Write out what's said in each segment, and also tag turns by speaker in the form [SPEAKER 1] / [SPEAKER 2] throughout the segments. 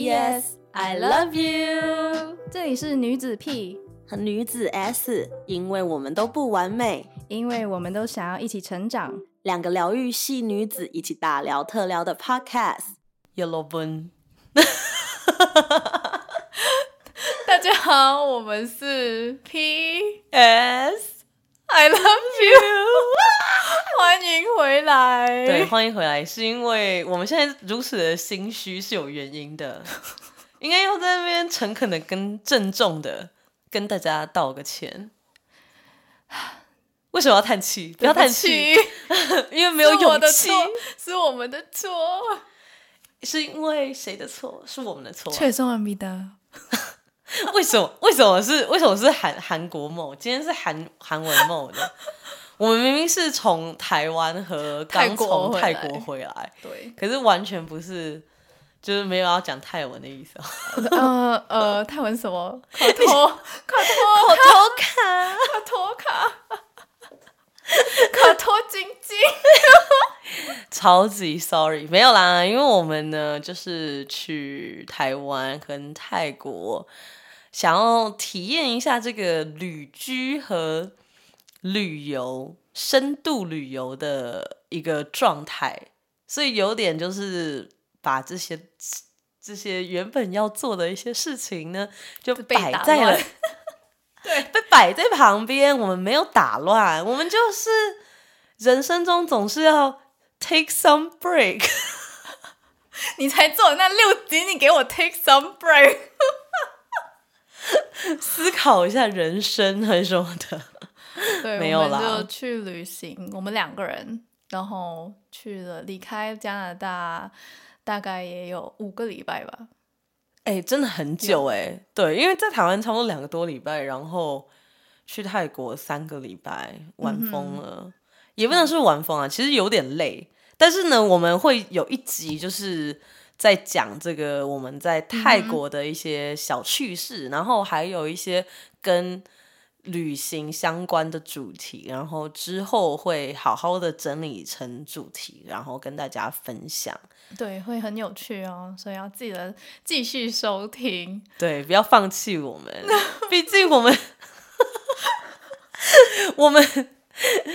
[SPEAKER 1] P.S. I love you。
[SPEAKER 2] 这里是女子 P，
[SPEAKER 1] 和女子 S，因为我们都不完美，
[SPEAKER 2] 因为我们都想要一起成长。
[SPEAKER 1] 两个疗愈系女子一起大聊特聊的 Podcast。Yellow Bun，
[SPEAKER 2] 大家好，我们是 P
[SPEAKER 1] S，
[SPEAKER 2] I love you，欢迎回来。
[SPEAKER 1] 对，，欢迎回来，是因为我们现在如此的心虚是有原因的， 应该要在那边诚恳的跟郑重的跟大家道个歉。 为什么要叹气？不要叹气，，因为没有
[SPEAKER 2] 是我
[SPEAKER 1] 勇
[SPEAKER 2] 的
[SPEAKER 1] 气
[SPEAKER 2] 错。，是我们的错。
[SPEAKER 1] 是因为谁的错？是我们的错啊、
[SPEAKER 2] 确送完毕的，
[SPEAKER 1] 为什么？为什么是为什么是韩韩国梦？今天是韩韩文梦的。我们明明是从台湾和
[SPEAKER 2] 泰
[SPEAKER 1] 刚
[SPEAKER 2] 国
[SPEAKER 1] 从
[SPEAKER 2] 回
[SPEAKER 1] 泰
[SPEAKER 2] 来
[SPEAKER 1] 国回来，
[SPEAKER 2] 对，
[SPEAKER 1] 可是完全不是，就是没有要讲泰文的意思、哦。
[SPEAKER 2] 呃呃，泰文什么？口头，口头，
[SPEAKER 1] 我偷看，
[SPEAKER 2] 口头 卡，口头晶晶。
[SPEAKER 1] 超级 sorry，没有啦，因为我们呢就是去台湾跟泰国，想要体验一下这个旅居和旅游深度旅游的一个状态，所以有点就是把这些这些原本要做的一些事情呢，就
[SPEAKER 2] 被
[SPEAKER 1] 摆
[SPEAKER 2] 打
[SPEAKER 1] 在了
[SPEAKER 2] 乱 对，
[SPEAKER 1] 被摆在旁边，我们没有打乱，我们就是人生中总是要 take some break。
[SPEAKER 2] 你才做那六集，你给我 take some break。
[SPEAKER 1] 思考一下人生还是什么的。
[SPEAKER 2] 对，
[SPEAKER 1] 没有
[SPEAKER 2] 我
[SPEAKER 1] 啦
[SPEAKER 2] 们就去旅行，我们两个人，然后去了离开加拿大，大概也有五个礼拜吧。
[SPEAKER 1] 哎、真的很久哎、对，因为在台湾差不多两个多礼拜，然后去泰国三个礼拜，玩疯了，也不能说玩疯啊，其实有点累。但是呢，我们会有一集就是在讲这个我们在泰国的一些小趣事，然后还有一些跟旅行相关的主题，然后之后会好好的整理成主题，然后跟大家分享。
[SPEAKER 2] 对，会很有趣哦，所以要记得继续收听。
[SPEAKER 1] 对，不要放弃 我们，毕竟我们我们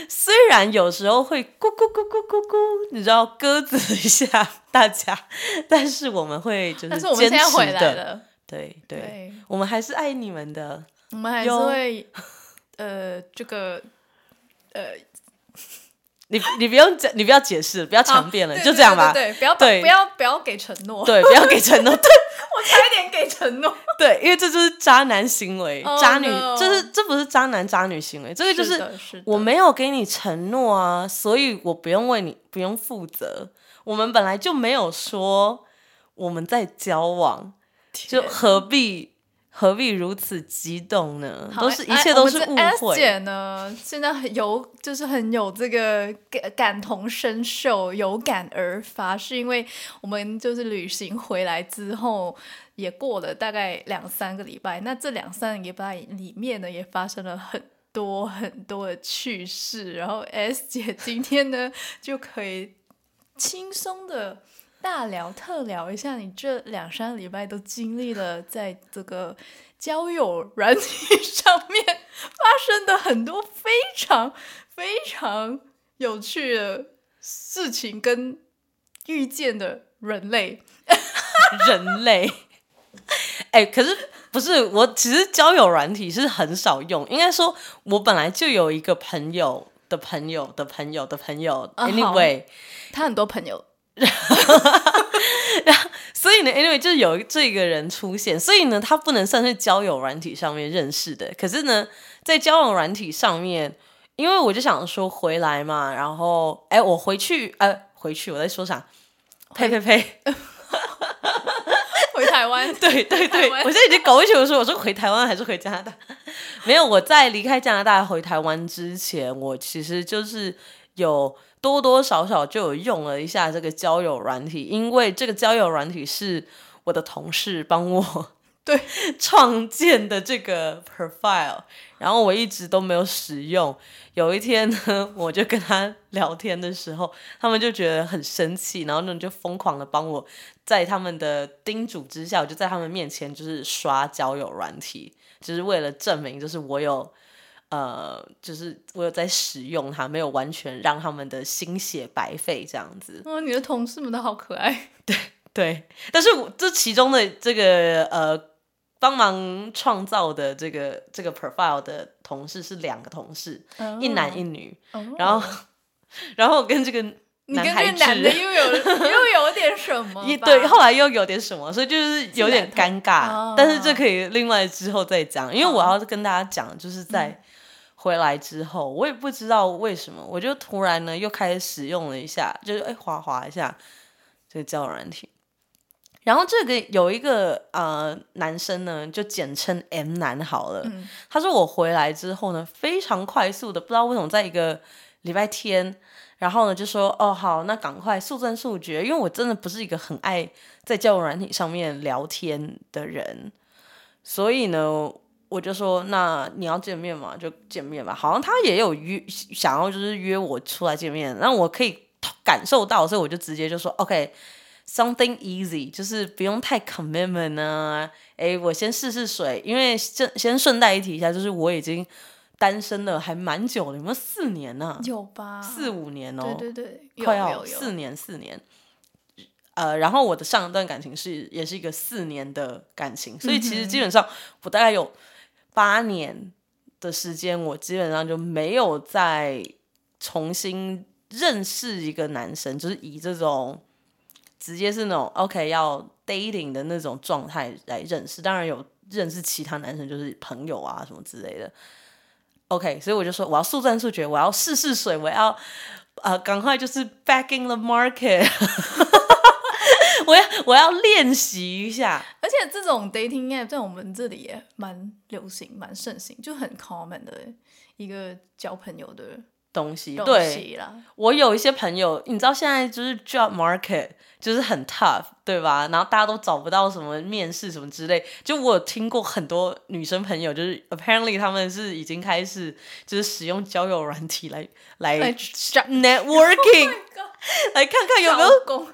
[SPEAKER 1] 虽然有时候会咕咕咕咕咕咕，你知道鸽子一下大家，但是我们会就是
[SPEAKER 2] 但是我们
[SPEAKER 1] 坚
[SPEAKER 2] 现在回
[SPEAKER 1] 持
[SPEAKER 2] 来
[SPEAKER 1] 的，
[SPEAKER 2] 了，
[SPEAKER 1] 对对，
[SPEAKER 2] 对，
[SPEAKER 1] 我们还是爱你们的。
[SPEAKER 2] 我们还是
[SPEAKER 1] 有
[SPEAKER 2] 会，呃，这个，呃，
[SPEAKER 1] 你你不用讲，你不要解释，不要
[SPEAKER 2] 啊
[SPEAKER 1] 强辩了，
[SPEAKER 2] 对
[SPEAKER 1] 就
[SPEAKER 2] 对
[SPEAKER 1] 这样
[SPEAKER 2] 对
[SPEAKER 1] 吧。
[SPEAKER 2] 对，不要
[SPEAKER 1] 对
[SPEAKER 2] 不要不要给承诺，
[SPEAKER 1] 对，不要给承诺。对
[SPEAKER 2] 我差一点给承诺。
[SPEAKER 1] 对，因为这就是渣男行为
[SPEAKER 2] Oh
[SPEAKER 1] 渣女，这
[SPEAKER 2] no
[SPEAKER 1] 是这不是渣男渣女行为，这个就是
[SPEAKER 2] 的是的
[SPEAKER 1] 我没有给你承诺啊，所以我不用为你不用负责。我们本来就没有说我们在交往，就何必何必如此激动呢？
[SPEAKER 2] 好
[SPEAKER 1] 都是
[SPEAKER 2] 哎
[SPEAKER 1] 一切
[SPEAKER 2] 哎
[SPEAKER 1] 都
[SPEAKER 2] 我
[SPEAKER 1] 是
[SPEAKER 2] 们这
[SPEAKER 1] 误
[SPEAKER 2] S
[SPEAKER 1] 会。
[SPEAKER 2] 姐呢，现在很有就是很有这个感感同身受，有感而发，是因为我们就是旅行回来之后，也过了大概两三个礼拜。那这两三个礼拜里面呢，也发生了很。多很多的趣事，然后 S 姐今天呢就可以轻松的大聊特聊一下，你这两三个礼拜都经历了在这个交友软体上面发生的很多非常非常有趣的事情跟遇见的人类。
[SPEAKER 1] 人类。哎、可是不是我？其实交友软体是很少用，应该说，我本来就有一个朋友的朋友的朋友的朋友
[SPEAKER 2] 啊好
[SPEAKER 1] ，anyway，、
[SPEAKER 2] 他很多朋友，
[SPEAKER 1] 所以呢，anyway，就是有这个人出现，所以呢，他不能算是交友软体上面认识的。可是呢，在交友软体上面，因为我就想说回来嘛，然后哎，我回去呃，回去我在说啥？呸呸呸！
[SPEAKER 2] 回台湾
[SPEAKER 1] 对对对，
[SPEAKER 2] 台湾
[SPEAKER 1] 我现在已经搞不清楚说我是回台湾还是回加拿大。 没有，我在离开加拿大回台湾之前，我其实就是有多多少少就有用了一下这个交友软体，因为这个交友软体是我的同事帮我
[SPEAKER 2] 对
[SPEAKER 1] 创建的这个 profile，然后我一直都没有使用。有一天呢， 我就跟他聊天的时候，他们就觉得很生气，然后呢就疯狂的帮我在他们的叮嘱之下，我就在他们面前就是刷交友软体，就是为了证明就是我有。呃，就是我有在使用它，没有完全让他们的心血白费这样子。
[SPEAKER 2] 哦，你的同事们都好可爱。
[SPEAKER 1] 对，但是我这其中的这个呃，帮忙创造的这个这个 profile 的同事是两个同事，一男一女，
[SPEAKER 2] 哦，
[SPEAKER 1] 然后然后我跟这个
[SPEAKER 2] 你跟
[SPEAKER 1] 男
[SPEAKER 2] 这
[SPEAKER 1] 孩
[SPEAKER 2] 个男的
[SPEAKER 1] 子。
[SPEAKER 2] 又有 又有点什么吧？
[SPEAKER 1] 也对，后来又有点什么，所以就是有点
[SPEAKER 2] 自
[SPEAKER 1] 尴
[SPEAKER 2] 哦
[SPEAKER 1] 尬，但是这可以另外之后再讲，因为我
[SPEAKER 2] 好嗯
[SPEAKER 1] 要跟大家讲，就是在回来之后，我也不知道为什么，我就突然呢又开始使用了一下，就是哎滑滑一下这个交友软体，然后这个有一个呃男生呢，就简称 M 男好了，
[SPEAKER 2] 嗯
[SPEAKER 1] 他说我回来之后呢，非常快速的，不知道为什么在一个礼拜天，然后呢就说哦好，那赶快速战速决，因为我真的不是一个很爱在交友软体上面聊天的人，所以呢。我就说，那你要见面嘛，就见面吧。好像他也有约，想要就是约我出来见面，那我可以感受到，所以我就直接就说，OK，something easy，就是不用太 commitment 啊。诶，我先试试水，因为这先顺带一提一下，就是我已经单身了还蛮久了，有没有四年呢、
[SPEAKER 2] 有吧？
[SPEAKER 1] 四五年哦，
[SPEAKER 2] 对对对，有
[SPEAKER 1] 快要
[SPEAKER 2] 有有
[SPEAKER 1] 四年，四年。呃，然后我的上一段感情是也是一个四年的感情，所以其实基本上我大概有八年的时间，我基本上就没有再重新认识一个男生，就是以这种直接是那种 OK 要 dating 的那种状态来认识。当然有认识其他男生，就是朋友啊什么之类的。OK，所以我就说我要速战速决，我要试试水，我要呃，赶快就是 back in the market，我 要我要练习一下。
[SPEAKER 2] 而且这种 dating app 在我们这里也蛮流行、蛮盛行，就很 common 的一个交朋友的
[SPEAKER 1] 东西，
[SPEAKER 2] 东
[SPEAKER 1] 对
[SPEAKER 2] 西啦。
[SPEAKER 1] 我有一些朋友，你知道现在就是 job market 就是很 tough，对吧？然后大家都找不到什么面试什么之类。就我有听过很多女生朋友，就是 apparently 他们是已经开始就是使用交友软体来
[SPEAKER 2] 来
[SPEAKER 1] 来
[SPEAKER 2] 找
[SPEAKER 1] networking，来 看看有没有
[SPEAKER 2] 老公，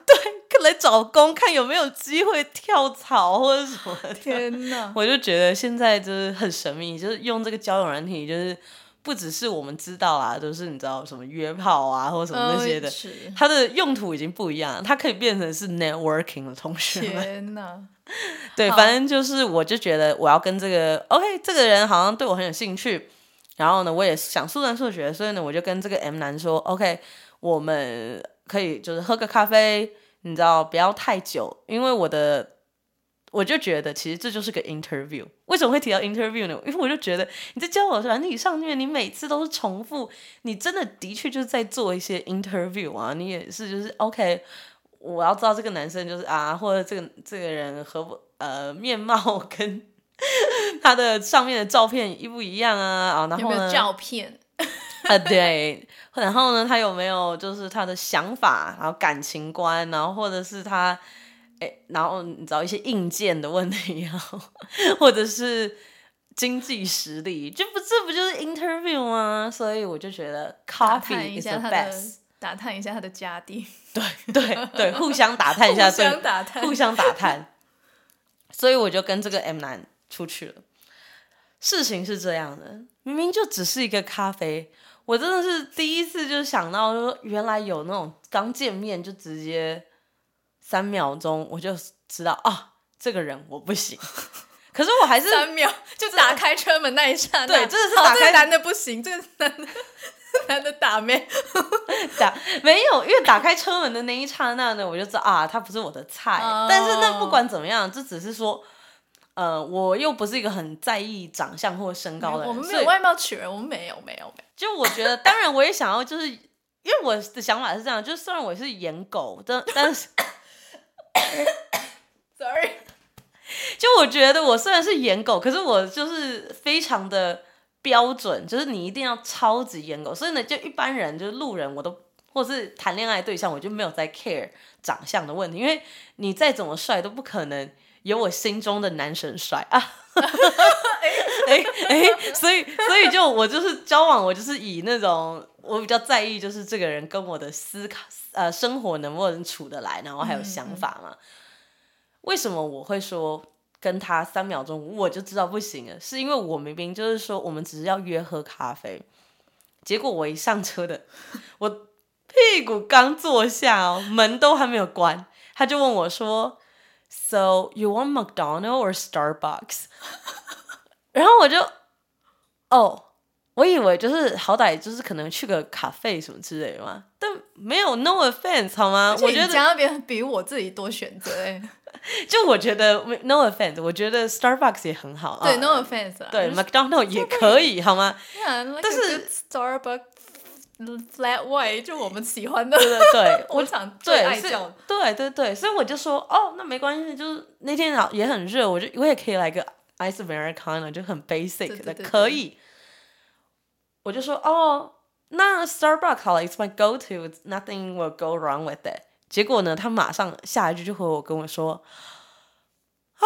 [SPEAKER 1] 来找工，看有没有机会跳槽或者什么的。
[SPEAKER 2] 天哪！
[SPEAKER 1] 我就觉得现在就是很神秘，就是用这个交友软体，就是不只是我们知道啊，都、是你知道什么约炮啊或者什么那些的，
[SPEAKER 2] 嗯是
[SPEAKER 1] 它的用途已经不一样了，它可以变成是 networking 的同学们。
[SPEAKER 2] 天哪！
[SPEAKER 1] 对，
[SPEAKER 2] 好
[SPEAKER 1] 反正就是我就觉得我要跟这个 OK 这个人好像对我很有兴趣，然后呢，我也想速战速决，所以呢，我就跟这个 M 男说 OK，我们可以就是喝个咖啡，你知道不要太久，因为我的。我就觉得，其实这就是个 interview。为什么会提到 interview 呢？因为我就觉得你在交友软体上面，你每次都是重复，你真的的确就是在做一些 interview 啊，你也是就是 OK，我要知道这个男生就是啊，或者这个这个人和不呃面貌 跟他的上面的照片一不一样啊啊，然
[SPEAKER 2] 有
[SPEAKER 1] 后
[SPEAKER 2] 没
[SPEAKER 1] 呢
[SPEAKER 2] 有照片？
[SPEAKER 1] 啊对，然后呢他有没有就是他的想法，然后感情观，然后或者是他哎，然后你找一些硬件的问题啊， 或者是经济实力，这不这不就是 interview 吗？所以我就觉得
[SPEAKER 2] 打探
[SPEAKER 1] coffee
[SPEAKER 2] 一
[SPEAKER 1] is
[SPEAKER 2] 下
[SPEAKER 1] the
[SPEAKER 2] 他的
[SPEAKER 1] best，，
[SPEAKER 2] 打探一下他的家底，
[SPEAKER 1] 对对，互相打探一 下
[SPEAKER 2] 互
[SPEAKER 1] 对
[SPEAKER 2] 相打探
[SPEAKER 1] 互。相打探。所以我就跟这个 M 男出去了。事情是这样的，明明就只是一个咖啡，我真的是第一次就想到说，原来有那种刚见面就直接三秒钟我就知道啊，这个人我 不行。可是我还是
[SPEAKER 2] 三秒就打开车门那一刹那，
[SPEAKER 1] 对真的是
[SPEAKER 2] 好
[SPEAKER 1] 打开
[SPEAKER 2] 这个男的不行，这个男的 男的打妹，
[SPEAKER 1] 打没有，因为打开车门的那一刹那呢，我就知道啊，他不是我的菜。
[SPEAKER 2] 哦
[SPEAKER 1] 但是那不管怎么样，这只是说，呃，我又不是一个很在意长相或身高的人，
[SPEAKER 2] 我们没
[SPEAKER 1] 所
[SPEAKER 2] 有
[SPEAKER 1] 以
[SPEAKER 2] 外貌取人，我们没有没有没有，
[SPEAKER 1] 就我觉得，当然我也想要，就是因为我的想法是这样，就是虽然我是颜狗，但但是
[SPEAKER 2] ，sorry，
[SPEAKER 1] 就我觉得我虽然是颜狗，可是我就是非常的标准，就是你一定要超级颜狗，所以呢，就一般人就是路人我都。或是谈恋爱对象，我就没有在 care 长相的问题，因为你再怎么帅都不可能有我心中的男神帅 啊。 哎哎，所以所以就我就是交往，我就是以那种我比较在意，就是这个人跟我的思考呃生活能不能处得来，然后还有想法嘛。为什么我会说跟他三秒钟我就知道不行了？是因为我明明就是说我们只是要约喝咖啡，结果我一上车的，我屁股刚坐下哦，门都还没有关，他就问我说：“So you want McDonald or Starbucks？” 然后我就，哦，我以为就是好歹就是可能去个咖啡什么之类的嘛，但没有 no offense 好吗？
[SPEAKER 2] 而且
[SPEAKER 1] 我
[SPEAKER 2] 你
[SPEAKER 1] 觉得
[SPEAKER 2] 家那边比我自己多选择哎、
[SPEAKER 1] 就我觉得没 no offense，我觉得 Starbucks 也很好啊。
[SPEAKER 2] 对，no offense 啊，
[SPEAKER 1] 对 McDonald 也可以好吗？
[SPEAKER 2] 但
[SPEAKER 1] 但是
[SPEAKER 2] 是 Starbucks flat white 就我们喜欢的，
[SPEAKER 1] 对对，
[SPEAKER 2] 我想最
[SPEAKER 1] 对
[SPEAKER 2] 爱
[SPEAKER 1] 是
[SPEAKER 2] 叫，
[SPEAKER 1] 对对对，所以我就说哦，那没关系，就是那天好也很热，我就我也可以来个 ice americano，就很 basic
[SPEAKER 2] 对
[SPEAKER 1] 的
[SPEAKER 2] 对对
[SPEAKER 1] 可
[SPEAKER 2] 对
[SPEAKER 1] 以。我就说哦，那 Starbucks 好了，it's my go to，nothing will go wrong with it。结果呢，他马上下一句就和我跟我说啊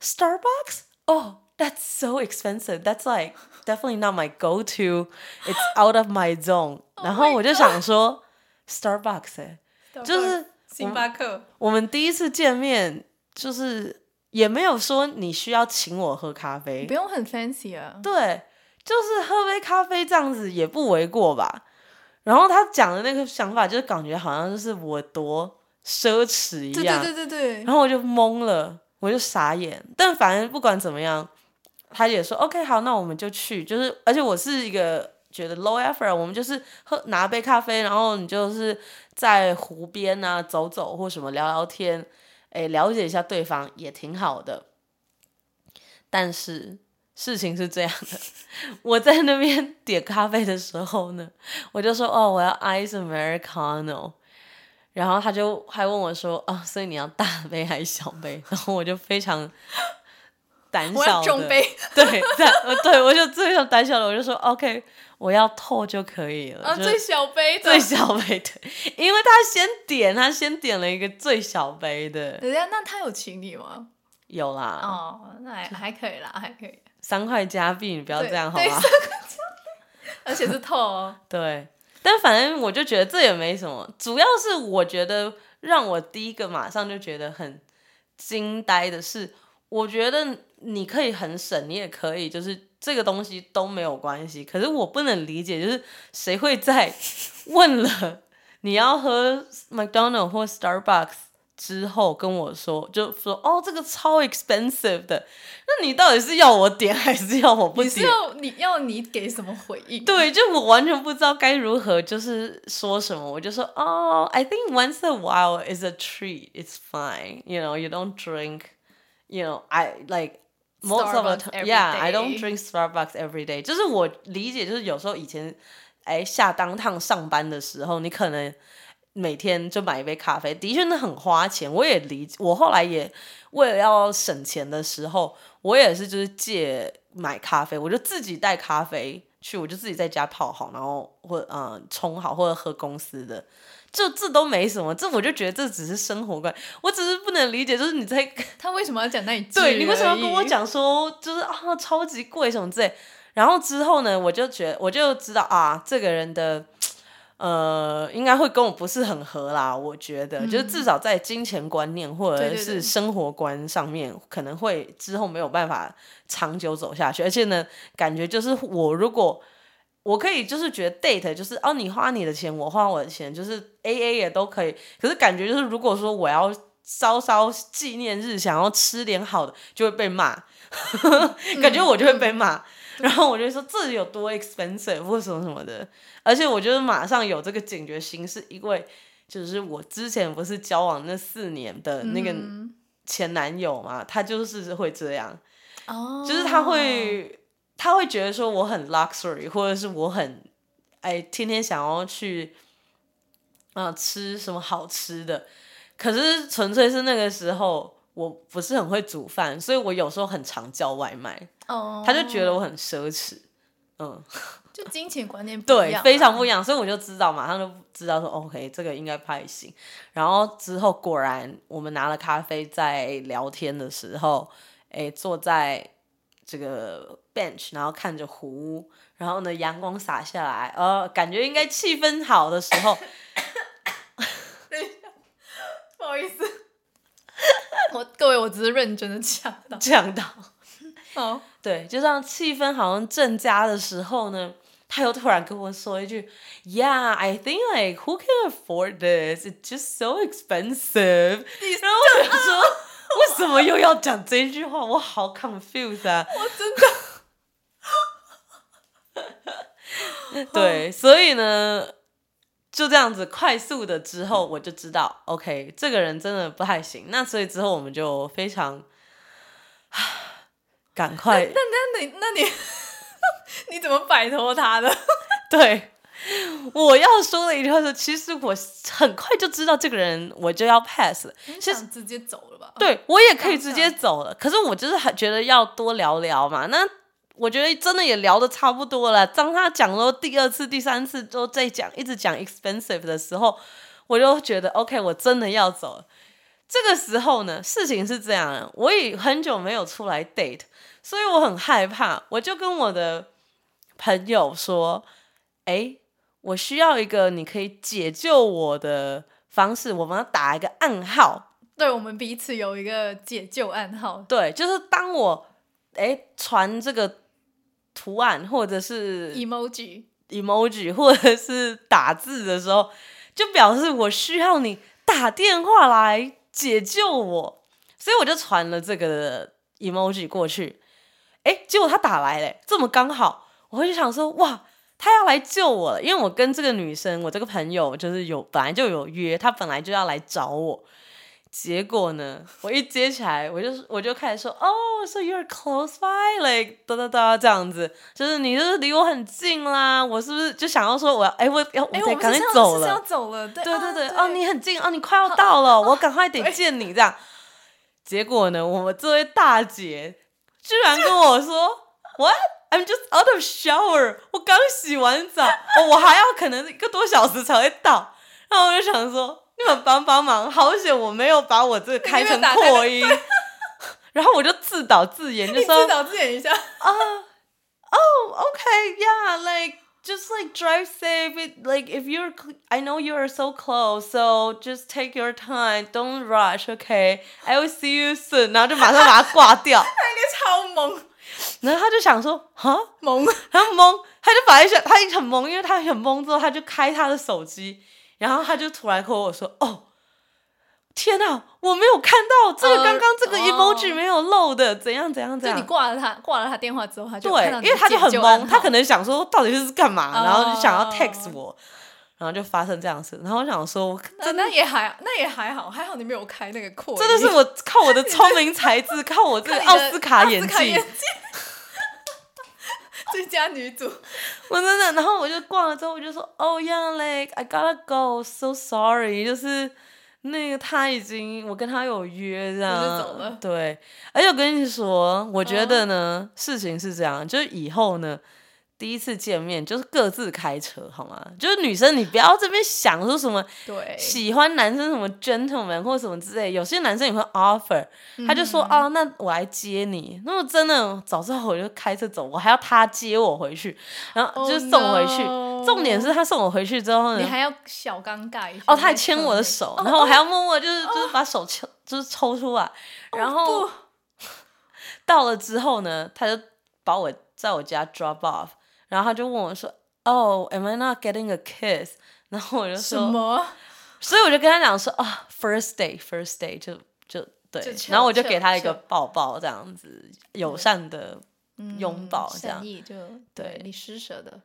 [SPEAKER 1] ，Starbucks，哦、That's so expensive. That's like definitely not my go-to. It's out of my zone.
[SPEAKER 2] Oh
[SPEAKER 1] 然后我就想说，Starbucks，、欸、就是
[SPEAKER 2] Starbucks，星巴克，
[SPEAKER 1] 我们第一次见面，就是也没有说你需要请我喝咖啡
[SPEAKER 2] 不，用很 fancy 啊，
[SPEAKER 1] 对，就是喝杯咖啡这样子也不为过吧。然后他讲的那个想法，就是感觉好像就是我多奢侈一
[SPEAKER 2] 对
[SPEAKER 1] 样，
[SPEAKER 2] 对对对对，
[SPEAKER 1] 然后我就懵了，我就傻眼。但反正不管怎么样，他也说 OK 好，那我们就去。就是而且我是一个觉得 low effort，我们就是喝拿杯咖啡，然后你就是在湖边啊走走或什么聊聊天，哎，了解一下对方也挺好的。但是事情是这样的， 我在那边点咖啡的时候呢，我就说哦，我要 ice americano。然后他就还问我说：“啊，所以你要大杯还是小杯？” 然后我就非常胆
[SPEAKER 2] 我
[SPEAKER 1] 小
[SPEAKER 2] 要
[SPEAKER 1] 的，
[SPEAKER 2] 中杯，
[SPEAKER 1] 对，但呃对我就最想胆小的，我就说 OK，我要透就可以了，
[SPEAKER 2] 啊，
[SPEAKER 1] 就
[SPEAKER 2] 最小杯的，
[SPEAKER 1] 最小杯的， 因为他先点，他先点了一个最小杯的，
[SPEAKER 2] 等一下，那他有请你吗？
[SPEAKER 1] 有啦，
[SPEAKER 2] 哦，那还还可以啦，还可以，
[SPEAKER 1] 三块加币，你不要
[SPEAKER 2] 对
[SPEAKER 1] 这样好
[SPEAKER 2] 对
[SPEAKER 1] 吗？
[SPEAKER 2] 而且是透哦，
[SPEAKER 1] 对，但反正我就觉得这也没什么，主要是我觉得让我第一个马上就觉得很惊呆的是，我觉得你可以很省，你也可以，就是这个东西都没有关系。可是我不能理解，就是谁会 在问了你要喝 McDonald 或 Starbucks 之后跟我说，就说哦这个超 expensive 的，那你到底是要我点还是要 我不
[SPEAKER 2] 你是
[SPEAKER 1] 点？
[SPEAKER 2] 要你要你给什么回应？
[SPEAKER 1] 对，就我完全不知道该如何，就是说什么，我就说哦、i think once a while is a treat, it's fine. You know, you don't drink. You know, I like most of the
[SPEAKER 2] Starbucks
[SPEAKER 1] time.
[SPEAKER 2] every
[SPEAKER 1] Yeah, I
[SPEAKER 2] day.
[SPEAKER 1] don't drink Starbucks every day. 就是我理解，就是有时候以前，哎，下当趟上班的时候，你可能每天就买一杯咖啡，的确那很花钱。我也理解，我后来也为了要省钱的时候，我也是就是借买咖啡，我就自己带咖啡去，我就自己在家泡好，然后或呃冲好，或者喝公司的。就这都没什么，这我就觉得这只是生活观，我只是不能理解，就是你在
[SPEAKER 2] 他为什么要讲那一句？
[SPEAKER 1] 对你为什么要跟我？讲说就是啊超级贵什么之类？然后之后呢，我就觉我就知道啊，这个人的呃应该会跟我不是很合啦，我觉得、就是至少在金钱观念或
[SPEAKER 2] 对
[SPEAKER 1] 者
[SPEAKER 2] 对对
[SPEAKER 1] 是生活观上面，可能会之后没有办法长久走下去，而且呢，感觉就是我如果。我可以就是觉得 date 就是哦，你花你的钱，我花我的钱，就是 A A 也都可以。可是感觉就是，如果说我要稍稍纪念日想要吃点好的，就会被骂，感觉我就会被骂。然后我就说这有多 expensive 或什么什么的，而且我就是马上有这个警觉心，是因为就是我之前不是交往那四年的那个
[SPEAKER 2] 嗯
[SPEAKER 1] 前男友嘛，他就是会这样，
[SPEAKER 2] 哦，
[SPEAKER 1] 就是他会他会觉得说我很 luxury，或者是我很哎天天想要去啊、呃吃什么好吃的，可是纯粹是那个时候我不是很会煮饭，所以我有时候很常叫外卖，
[SPEAKER 2] 哦，
[SPEAKER 1] 他就觉得我很奢侈，嗯，
[SPEAKER 2] 就金钱观念不一
[SPEAKER 1] 对
[SPEAKER 2] 样，啊
[SPEAKER 1] 非常不一样，所以我就知道，马上就知道说，OK，这个应该拍行。然后之后果然，我们拿了咖啡在聊天的时候，哎，坐在这个 bench，然后看着湖，然后呢，阳光洒下来，呃，感觉应该气氛好的时候，
[SPEAKER 2] 不好意思，我各位，我只是认真的讲到。
[SPEAKER 1] 讲到，
[SPEAKER 2] 好，
[SPEAKER 1] 对，就让气氛好像正佳的时候呢。他又突然跟我说一句，Yeah, I think like who can afford this? It's just so expensive. 然后我就说，为什么又要讲这一句话？我好 confused 啊！
[SPEAKER 2] 我真的
[SPEAKER 1] 对，所以呢，就这样子快速的之后，我就知道，OK，这个人真的不太行。那所以之后我们就非常， 赶快
[SPEAKER 2] 那你那你 你怎么摆脱他的？
[SPEAKER 1] 对，我要说的一句话是，其实我很快就知道这个人，我就要 pass 了。
[SPEAKER 2] 你
[SPEAKER 1] 其实
[SPEAKER 2] 想直接走了吧？
[SPEAKER 1] 对我也可以
[SPEAKER 2] 当
[SPEAKER 1] 直
[SPEAKER 2] 下
[SPEAKER 1] 接走了，可是我就是还觉得要多聊聊嘛。那我觉得真的也聊的差不多了。当他讲到第二次、第三次都在讲，一直讲 expensive 的时候，我就觉得 OK，我真的要走了。这个时候呢，事情是这样的，我也很久没有出来 date，所以我很害怕，我就跟我的朋友说：“哎，我需要一个你可以解救我的方式，我们要打一个暗号。”
[SPEAKER 2] 对，我们彼此有一个解救暗号。
[SPEAKER 1] 对，就是当我哎传这个图案或者是
[SPEAKER 2] emoji，
[SPEAKER 1] emoji 或者是打字的时候，就表示我需要你打电话来解救我，所以我就传了这个 emoji 过去。哎，结果他打来嘞，这么刚好，我就想说哇。他要来救我了，因为我跟这个女生，我这个朋友就是有本来就有约，她本来就要来找我。结果呢，我一接起来，我就我就开始说，哦、s o you're close by，like 哒哒哒这样子，就是你就是离我很近啦，我是不是就想要说我要哎我要我
[SPEAKER 2] 哎，
[SPEAKER 1] 得
[SPEAKER 2] 们
[SPEAKER 1] 赶
[SPEAKER 2] 是
[SPEAKER 1] 紧
[SPEAKER 2] 要
[SPEAKER 1] 走
[SPEAKER 2] 是
[SPEAKER 1] 了
[SPEAKER 2] 要，走了，对
[SPEAKER 1] 对
[SPEAKER 2] 对
[SPEAKER 1] 对对，
[SPEAKER 2] 对，
[SPEAKER 1] 哦，你很近哦，你快要到了，我赶快得见你这样。结果呢，我们这位大姐居然跟我 说，What? I'm just out of shower，我刚洗完澡，哦我还要可能一个多小时才会到。然后我就想说，你们帮帮忙，好险我没有把我这个开成扩音。 然后我就自导自 演，就
[SPEAKER 2] 你
[SPEAKER 1] 说
[SPEAKER 2] 自导自演一下。
[SPEAKER 1] oh, okay, yeah, like just like drive safe. It, like if you're, cl- I know you are so close, so just take your time, don't rush, okay? I will see you soon. 然后就马上把它挂 掉，
[SPEAKER 2] 他应该超萌
[SPEAKER 1] 然后他就想说，哈，
[SPEAKER 2] 萌，
[SPEAKER 1] 他懵，他就把一下，他很懵，因为他很懵之后，他就开他的手机，然后他就突然和我说，哦。天呐，我没有看到这个，
[SPEAKER 2] 呃
[SPEAKER 1] 刚刚这个
[SPEAKER 2] 哦
[SPEAKER 1] emoji 没有漏的，怎样怎样怎
[SPEAKER 2] 就
[SPEAKER 1] 样？
[SPEAKER 2] 你挂了他挂了他电话之后，他就看到你
[SPEAKER 1] 对，因为他就
[SPEAKER 2] 解
[SPEAKER 1] 很
[SPEAKER 2] 救暗
[SPEAKER 1] 懵，他
[SPEAKER 2] 号
[SPEAKER 1] 可能想说到底是干嘛，然后就想要
[SPEAKER 2] 哦
[SPEAKER 1] text 我，然后就发生这样的事，然后我想说，我
[SPEAKER 2] 那
[SPEAKER 1] 真的
[SPEAKER 2] 那也还那也还好，还好你没有开那个扩音，
[SPEAKER 1] 真的是我靠我的聪明才智，靠我这
[SPEAKER 2] 看
[SPEAKER 1] 个
[SPEAKER 2] 你的
[SPEAKER 1] 奥斯卡
[SPEAKER 2] 奥斯
[SPEAKER 1] 演
[SPEAKER 2] 卡
[SPEAKER 1] 技，
[SPEAKER 2] 最佳女主，
[SPEAKER 1] 我真的，然后我就逛了之后，我就说，Oh yeah, like I gotta go, so sorry，就是那个他已经我跟他有约这样，
[SPEAKER 2] 就走了嗯
[SPEAKER 1] 对，而且我跟你说，我觉得呢，事情是这样，就是以后呢。第一次见面就是各自开车，好吗？就是女生，你不要这边想说什么
[SPEAKER 2] 对，
[SPEAKER 1] 喜欢男生什么 gentleman 或什么之类，有些男生也会 offer，他
[SPEAKER 2] 嗯
[SPEAKER 1] 就说、哦，那我来接你。那么真的早知道我就开车走，我还要他接我回去，然后
[SPEAKER 2] Oh
[SPEAKER 1] 就送回去。
[SPEAKER 2] no
[SPEAKER 1] 重点是他送我回去之后
[SPEAKER 2] 你
[SPEAKER 1] 呢，
[SPEAKER 2] 还要小尴尬一下。
[SPEAKER 1] 哦，他还牵我的，手，
[SPEAKER 2] 哦
[SPEAKER 1] 然后我还要默默就是、就是把手抽就是抽出来，然后、
[SPEAKER 2] 哦不
[SPEAKER 1] 到了之后呢，他就把我在我家 drop off，然后他就问我说哦、a m I not getting a kiss？然后我就
[SPEAKER 2] 什
[SPEAKER 1] 说
[SPEAKER 2] 么？
[SPEAKER 1] 所以我就跟他讲说啊、f i r s t day，first day 就就对
[SPEAKER 2] 就 chill，
[SPEAKER 1] 然后我就给他一
[SPEAKER 2] chill，
[SPEAKER 1] 个
[SPEAKER 2] chill
[SPEAKER 1] 抱抱，这样子友善的拥抱，这
[SPEAKER 2] 嗯
[SPEAKER 1] 样
[SPEAKER 2] 善。意就
[SPEAKER 1] 对
[SPEAKER 2] 你施舍的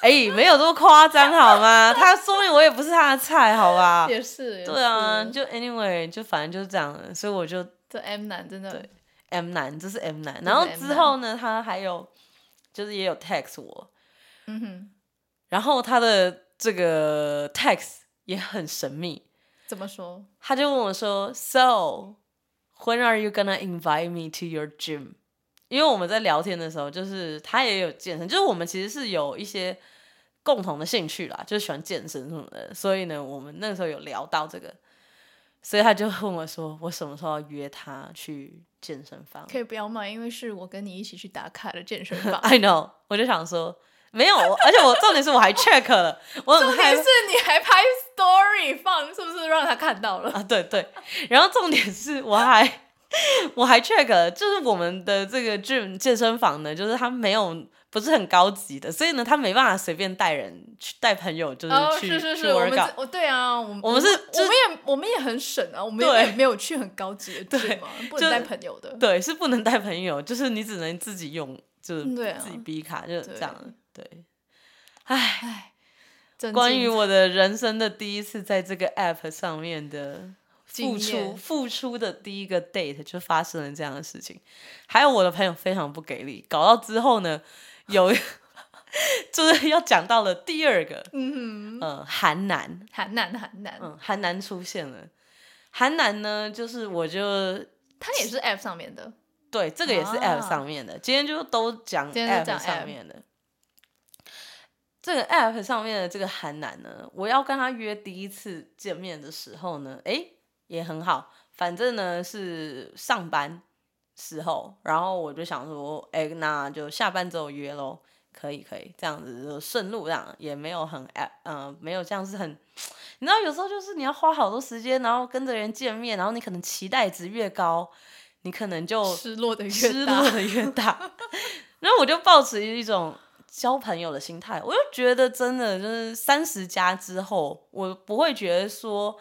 [SPEAKER 1] 哎、没有这么夸张好 吗？他说明我也不是他的菜，好吧？
[SPEAKER 2] 也是，也
[SPEAKER 1] 对啊，
[SPEAKER 2] 是
[SPEAKER 1] 就 anyway，就反正就是这样的，所以我就
[SPEAKER 2] 这 M 男真的
[SPEAKER 1] M 男，这是 M 男。
[SPEAKER 2] 是
[SPEAKER 1] 然后
[SPEAKER 2] M
[SPEAKER 1] 之后呢，他还有就是也有 text 我，
[SPEAKER 2] 嗯哼，
[SPEAKER 1] 然后他的这个 text 也很神秘，
[SPEAKER 2] 怎么说？
[SPEAKER 1] 他就问我说：“So, when are you gonna invite me to your gym？” 因为我们在聊天的时候，就是他也有健身，就是我们其实是有一些共同的兴趣啦，就是喜欢健身什么的，所以呢，我们那个时候有聊到这个，所以他就问我说，我什么时候要约他去健身房
[SPEAKER 2] 可以不要嘛，因为是我跟你一起去打卡的健身 房。
[SPEAKER 1] ？I know，我就想说没有，而且我重点是我还 check 了，我很
[SPEAKER 2] 重
[SPEAKER 1] 害
[SPEAKER 2] 点
[SPEAKER 1] 怕
[SPEAKER 2] 是你还拍 story 放，是不是让他看到了？
[SPEAKER 1] 啊，对对，然后重点是我还我还 check 了就是我们的这个 gym 健身房呢，就是它没有不是很高级的，所以呢，他没办法随便带人去带朋友，就是
[SPEAKER 2] 哦，
[SPEAKER 1] 去、
[SPEAKER 2] 是是
[SPEAKER 1] 去
[SPEAKER 2] 是，我们
[SPEAKER 1] workout
[SPEAKER 2] 这。哦对啊，我们
[SPEAKER 1] 我们是
[SPEAKER 2] 我
[SPEAKER 1] 就是
[SPEAKER 2] 们也我们也很省啊，我们
[SPEAKER 1] 对
[SPEAKER 2] 也没有去很高级的 店嘛，不
[SPEAKER 1] 就
[SPEAKER 2] 能带朋友的。
[SPEAKER 1] 对，是不能带朋友，就是你只能自己用，就是
[SPEAKER 2] 嗯对啊
[SPEAKER 1] 自己逼卡，就是这样。对，
[SPEAKER 2] 唉，真
[SPEAKER 1] 关
[SPEAKER 2] 精
[SPEAKER 1] 于我的人生的第一次在这个 app 上面的付
[SPEAKER 2] 经
[SPEAKER 1] 出，
[SPEAKER 2] 验
[SPEAKER 1] 付出的第一个 date 就发生了这样的事情。还有我的朋友非常不给力，搞到之后呢，有 就是要讲到了第二个，
[SPEAKER 2] 嗯哼，
[SPEAKER 1] 呃，韩男，
[SPEAKER 2] 韩南韩南，
[SPEAKER 1] 嗯，韩男出现了。韩男呢，就是我就
[SPEAKER 2] 他也是 App 上面的，
[SPEAKER 1] 对，这个也是 App
[SPEAKER 2] 啊
[SPEAKER 1] 上面的。今天就都讲
[SPEAKER 2] 今天
[SPEAKER 1] App
[SPEAKER 2] 就讲
[SPEAKER 1] 上
[SPEAKER 2] app
[SPEAKER 1] 面的。这个 App 上面的这个韩男呢，我要跟他约第一次见面的时候呢，诶，也很好，反正呢是上班时候，然后我就想说，诶，那就下班之后约喽，可以可以，这样子就顺路，这样也没有很 App，呃，没有这样是很你知道，有时候就是你要花好多时间，然后跟着人见面，然后你可能期待值越高，你可能就
[SPEAKER 2] 失落的
[SPEAKER 1] 哦失
[SPEAKER 2] 越大
[SPEAKER 1] 落，的越大。 然后我就抱持一种交朋友的心态，我就觉得真的就是三十加之后，我不会觉得说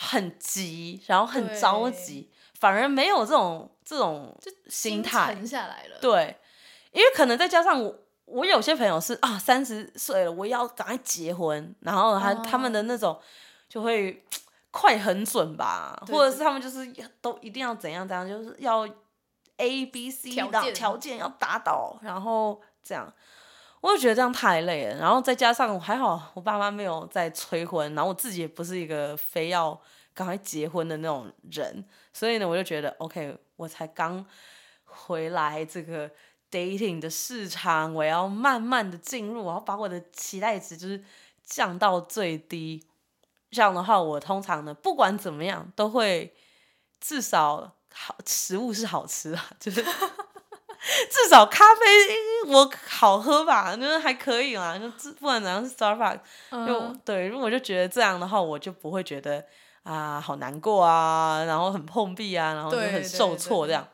[SPEAKER 1] 很急，然后很
[SPEAKER 2] 对
[SPEAKER 1] 着急，反而没有这种这种
[SPEAKER 2] 就
[SPEAKER 1] 心
[SPEAKER 2] 心
[SPEAKER 1] 态。
[SPEAKER 2] 沉下来了。
[SPEAKER 1] 对，因为可能再加上我，我有些朋友是啊，三十岁了，我要赶快结婚，然后他、他
[SPEAKER 2] 哦
[SPEAKER 1] 们的那种就会快很准吧，
[SPEAKER 2] 对
[SPEAKER 1] 或者
[SPEAKER 2] 对
[SPEAKER 1] 是他们就是都一定要怎样怎样，就是要 A B C
[SPEAKER 2] 条
[SPEAKER 1] 的
[SPEAKER 2] 件
[SPEAKER 1] 条件要达到，然后这样。我就觉得这样太累了，然后再加上还好我爸妈没有在催婚，然后我自己也不是一个非要赶快结婚的那种人，所以呢，我就觉得 OK，我才刚回来这个 dating 的市场，我要慢慢的进入，我要把我的期待值就是降到最低。这样的话，我通常呢，不管怎么样，都会至少好食物是好吃啊， 就是至少咖啡我好喝吧，就是还可以啦，就至不管怎样是 Starbucks。就
[SPEAKER 2] 嗯，
[SPEAKER 1] 对，如果就觉得这样的话，我就不会觉得啊好难过啊，然后很碰壁啊，然后就
[SPEAKER 2] 对
[SPEAKER 1] 很
[SPEAKER 2] 对
[SPEAKER 1] 受挫
[SPEAKER 2] 对
[SPEAKER 1] 这样。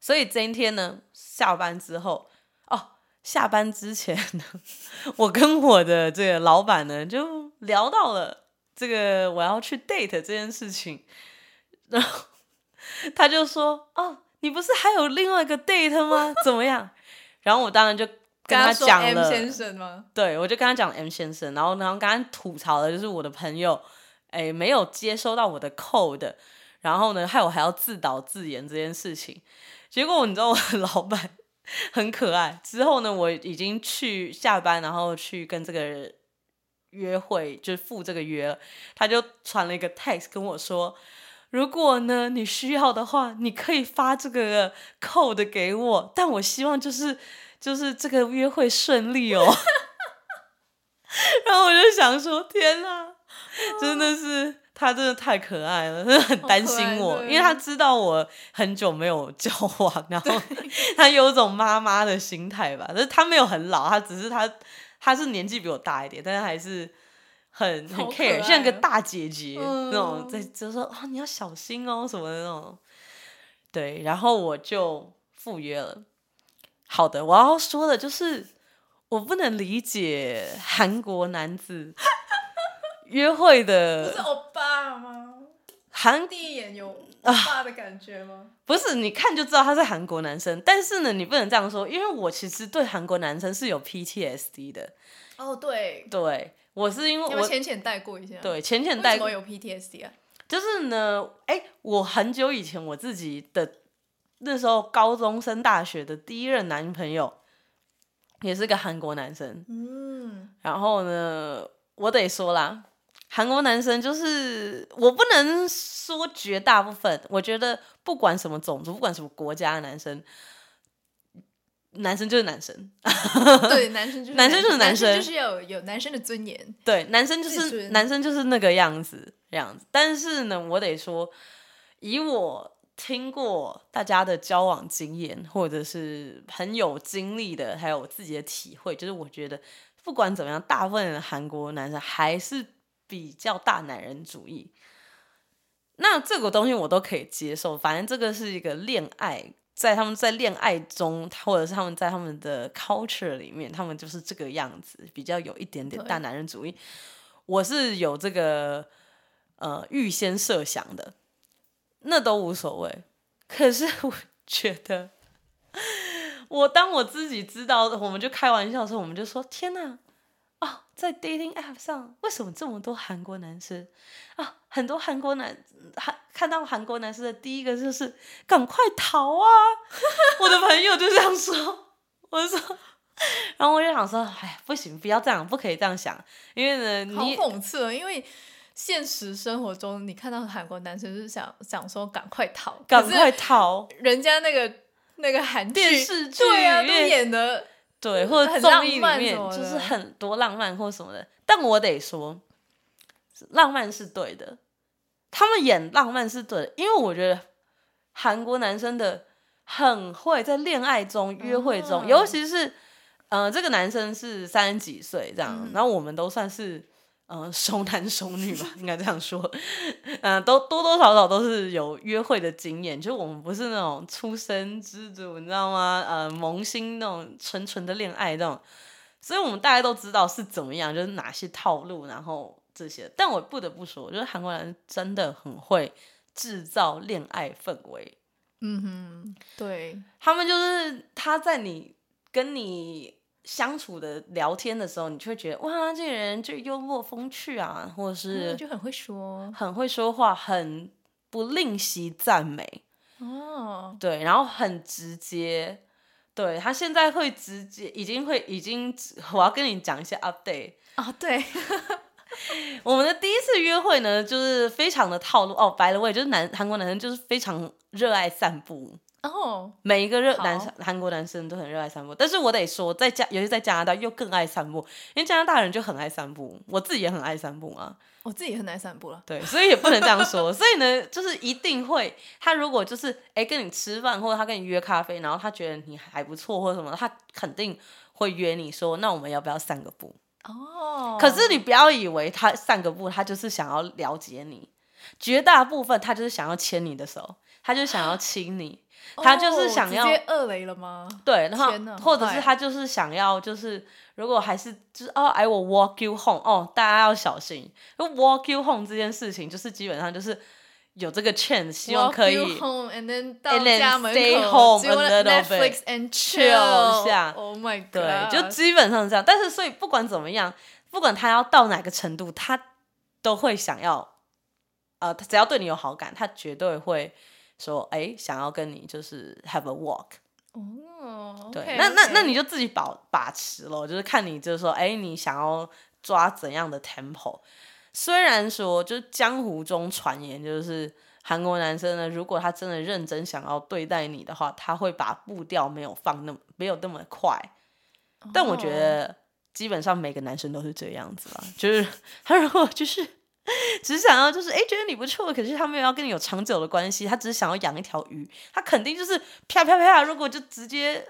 [SPEAKER 1] 所以这一天呢，下班之后哦，下班之前呢， 我跟我的这个老板呢就聊到了这个我要去 date 这件事情，然后他就说：“哦，你不是还有另外一个 date 吗？怎么样？” 然后我当然就跟
[SPEAKER 2] 他说
[SPEAKER 1] 讲
[SPEAKER 2] M
[SPEAKER 1] 了，
[SPEAKER 2] 先生吗？
[SPEAKER 1] 对，我就跟他讲 M 先生，然后然后刚刚吐槽的就是我的朋友，哎，没有接收到我的 code，然后呢，害我还要自导自演这件事情。结果你知道我的 老板很可爱，之后呢，我已经去下班，然后去跟这个约会，就是赴这个约了，他就传了一个 text 跟我说。如果呢，你需要的话，你可以发这个 code 给我，但我希望就是就是这个约会顺利哦。 然后我就想说，天哪，真的是他真的太可爱了，真的很
[SPEAKER 2] 好
[SPEAKER 1] 担
[SPEAKER 2] 可
[SPEAKER 1] 心
[SPEAKER 2] 爱
[SPEAKER 1] 我，
[SPEAKER 2] 对
[SPEAKER 1] 因为他知道我很久没有交往，然后他有一种妈妈的心态吧，但是他没有很老，他只是他他是年纪比我大一点，但是还是。很很
[SPEAKER 2] 好可
[SPEAKER 1] care，
[SPEAKER 2] 爱
[SPEAKER 1] 像个
[SPEAKER 2] 哦
[SPEAKER 1] 大姐姐、那种，
[SPEAKER 2] 嗯
[SPEAKER 1] 在就说啊、你要小心哦什么的那种。对，然后我就赴约了。好的，我要说的就是，我不能理解韩国 男子约会
[SPEAKER 2] 不是
[SPEAKER 1] 的
[SPEAKER 2] 欧巴吗？
[SPEAKER 1] 韩，
[SPEAKER 2] 第一眼有欧
[SPEAKER 1] 啊
[SPEAKER 2] 巴的感觉吗？
[SPEAKER 1] 不是你看就知道他是韩国男生，但是呢，你不能这样说，因为我其实对韩国男生是有 PTSD 的。
[SPEAKER 2] 哦，对，
[SPEAKER 1] 对，我是因为
[SPEAKER 2] 要不要
[SPEAKER 1] 我
[SPEAKER 2] 浅浅带过一下？，
[SPEAKER 1] 对浅浅
[SPEAKER 2] 为
[SPEAKER 1] 带
[SPEAKER 2] 什么有 PTSD 啊？
[SPEAKER 1] 就是呢，哎、我很久以前我自己的那时候高中升大学的第一任男朋友，也是个韩国男生。
[SPEAKER 2] 嗯，
[SPEAKER 1] 然后呢，我得说啦，韩国男生就是我不能说绝大部分，我觉得不管什么种族，不管什么国家的男生，男生就是男生，
[SPEAKER 2] 对，男生就是
[SPEAKER 1] 男生就是
[SPEAKER 2] 男
[SPEAKER 1] 男生
[SPEAKER 2] 就是要有有男生的尊严。
[SPEAKER 1] 对，男生就
[SPEAKER 2] 自
[SPEAKER 1] 是
[SPEAKER 2] 尊
[SPEAKER 1] 男生就是那个样子，这样子。但是呢，我得说，以我听过大家的交往经验，或者是很有经历的，还有我自己的体会，就是我觉得不管怎么样，大部分的韩国男生还是比较大男人主义。那这个东西我都可以接受，反正这个是一个恋爱，在他们在恋爱中，或者是他们在他们的 culture 里面，他们就是这个样子，比较有一点点
[SPEAKER 2] 对
[SPEAKER 1] 大男人主义。我是有这个呃预先设想的，那都无所谓。可是我觉得，我当我自己知道，我们就开玩笑的时候，我们就说：“天哪！”哦，在 dating app 上，为什么这么多韩国男生啊？很多韩国男韩看到韩国男生的第一个就是赶快逃啊！ 我的朋友就这样说，我就说，然后我就想说，哎，不行，不要这样，不可以这样想，因为呢，
[SPEAKER 2] 好
[SPEAKER 1] 你
[SPEAKER 2] 讽刺哦，因为现实生活中你看到韩国男生就是想想说赶快逃，
[SPEAKER 1] 赶快逃，
[SPEAKER 2] 可是人家那个那个韩剧
[SPEAKER 1] 电视剧
[SPEAKER 2] 对啊，
[SPEAKER 1] 因
[SPEAKER 2] 都
[SPEAKER 1] 为
[SPEAKER 2] 演的
[SPEAKER 1] 对，或者
[SPEAKER 2] 很
[SPEAKER 1] 综
[SPEAKER 2] 浪
[SPEAKER 1] 艺里
[SPEAKER 2] 漫
[SPEAKER 1] 面
[SPEAKER 2] 什么
[SPEAKER 1] 就是
[SPEAKER 2] 的
[SPEAKER 1] 很多浪漫或什么的。但我得说，浪漫是对的，他们演浪漫是对的，因为我觉得韩国男生的很会在恋爱中、约会中，
[SPEAKER 2] 啊
[SPEAKER 1] 尤其是呃，这个男生是三十几岁这样，
[SPEAKER 2] 嗯
[SPEAKER 1] 然后我们都算是。呃，熟男熟女吧，应该这样说。嗯、都多多少少都是有约会的经验，就我们不是那种出生之主，你知道吗？呃，萌新那种纯纯的恋爱那种，所以我们大家都知道是怎么样，就是哪些套路，然后这些。但我不得不说，就是韩国人真的很会制造恋爱氛围，
[SPEAKER 2] 嗯哼，对，
[SPEAKER 1] 他们就是他在你跟你相处的聊天的时候，你就会觉得哇，这个人就幽默风趣啊，或者是
[SPEAKER 2] 嗯就很会说
[SPEAKER 1] 很会说话，很不吝惜赞美，
[SPEAKER 2] 哦，
[SPEAKER 1] 对，然后很直接。对他现在会直接，已经会已经，我要跟你讲一些 update。
[SPEAKER 2] 啊对，
[SPEAKER 1] 我们的第一次约会呢，就是非常的套路哦。白了，我也就是男韩国男生就是非常热爱散步，
[SPEAKER 2] 哦，
[SPEAKER 1] 每一个热
[SPEAKER 2] 好
[SPEAKER 1] 男生韩国男生都很热爱散步。但是我得说，在加尤其在加拿大又更爱散步，因为加拿大人就很爱散步，我自己也很爱散步啊。
[SPEAKER 2] 我自己也很爱散步了，
[SPEAKER 1] 对，所以也不能这样 说。所以呢，就是一定会，他如果就是哎、诶跟你吃饭，或者他跟你约咖啡，然后他觉得你还不错或者什么，他肯定会约你说，那我们要不要散个步？
[SPEAKER 2] 哦，
[SPEAKER 1] 可是你不要以为他散个步，他就是想要了解你，绝大部分他就是想要牵你的手，他就想要亲你，他就是
[SPEAKER 2] 哦
[SPEAKER 1] 想要
[SPEAKER 2] 直接二雷了吗？
[SPEAKER 1] 对，然后
[SPEAKER 2] 天哪啊
[SPEAKER 1] 或者
[SPEAKER 2] 坏
[SPEAKER 1] 是他就是想要，就是如果还是就是哦，I will walk you home，哦，大家要小心，因为 walk you home 这件事情就是基本上就是有这个 chance，希望可
[SPEAKER 2] Walk you
[SPEAKER 1] 以
[SPEAKER 2] home and then 到
[SPEAKER 1] and then
[SPEAKER 2] 家门口
[SPEAKER 1] stay home
[SPEAKER 2] 只有
[SPEAKER 1] a little bit
[SPEAKER 2] Netflix and
[SPEAKER 1] chill 一下
[SPEAKER 2] Oh my god！
[SPEAKER 1] 对，就基本上是这样。但是所以不管怎么样，不管他要到哪个程度，他都会想要，呃，他只要对你有好感，他绝对会说，哎，想要跟你就是 have a walk。
[SPEAKER 2] 哦，
[SPEAKER 1] 对
[SPEAKER 2] OK，
[SPEAKER 1] 那那
[SPEAKER 2] OK
[SPEAKER 1] 那你就自己把把持咯，就是看你就是说，哎，你想要抓怎样的 tempo。虽然说，就是江湖中传言，就是韩国男生呢，如果他真的认真想要对待你的话，他会把步调没有放那么没有那么快。但我觉
[SPEAKER 2] 哦
[SPEAKER 1] 得基本上每个男生都是这样子啦，就是 他如果就是只想要就是哎、诶觉得你不错，可是他没有要跟你有长久的关系，他只是想要养一条鱼，他肯定就是啪啪啪，如果就 直接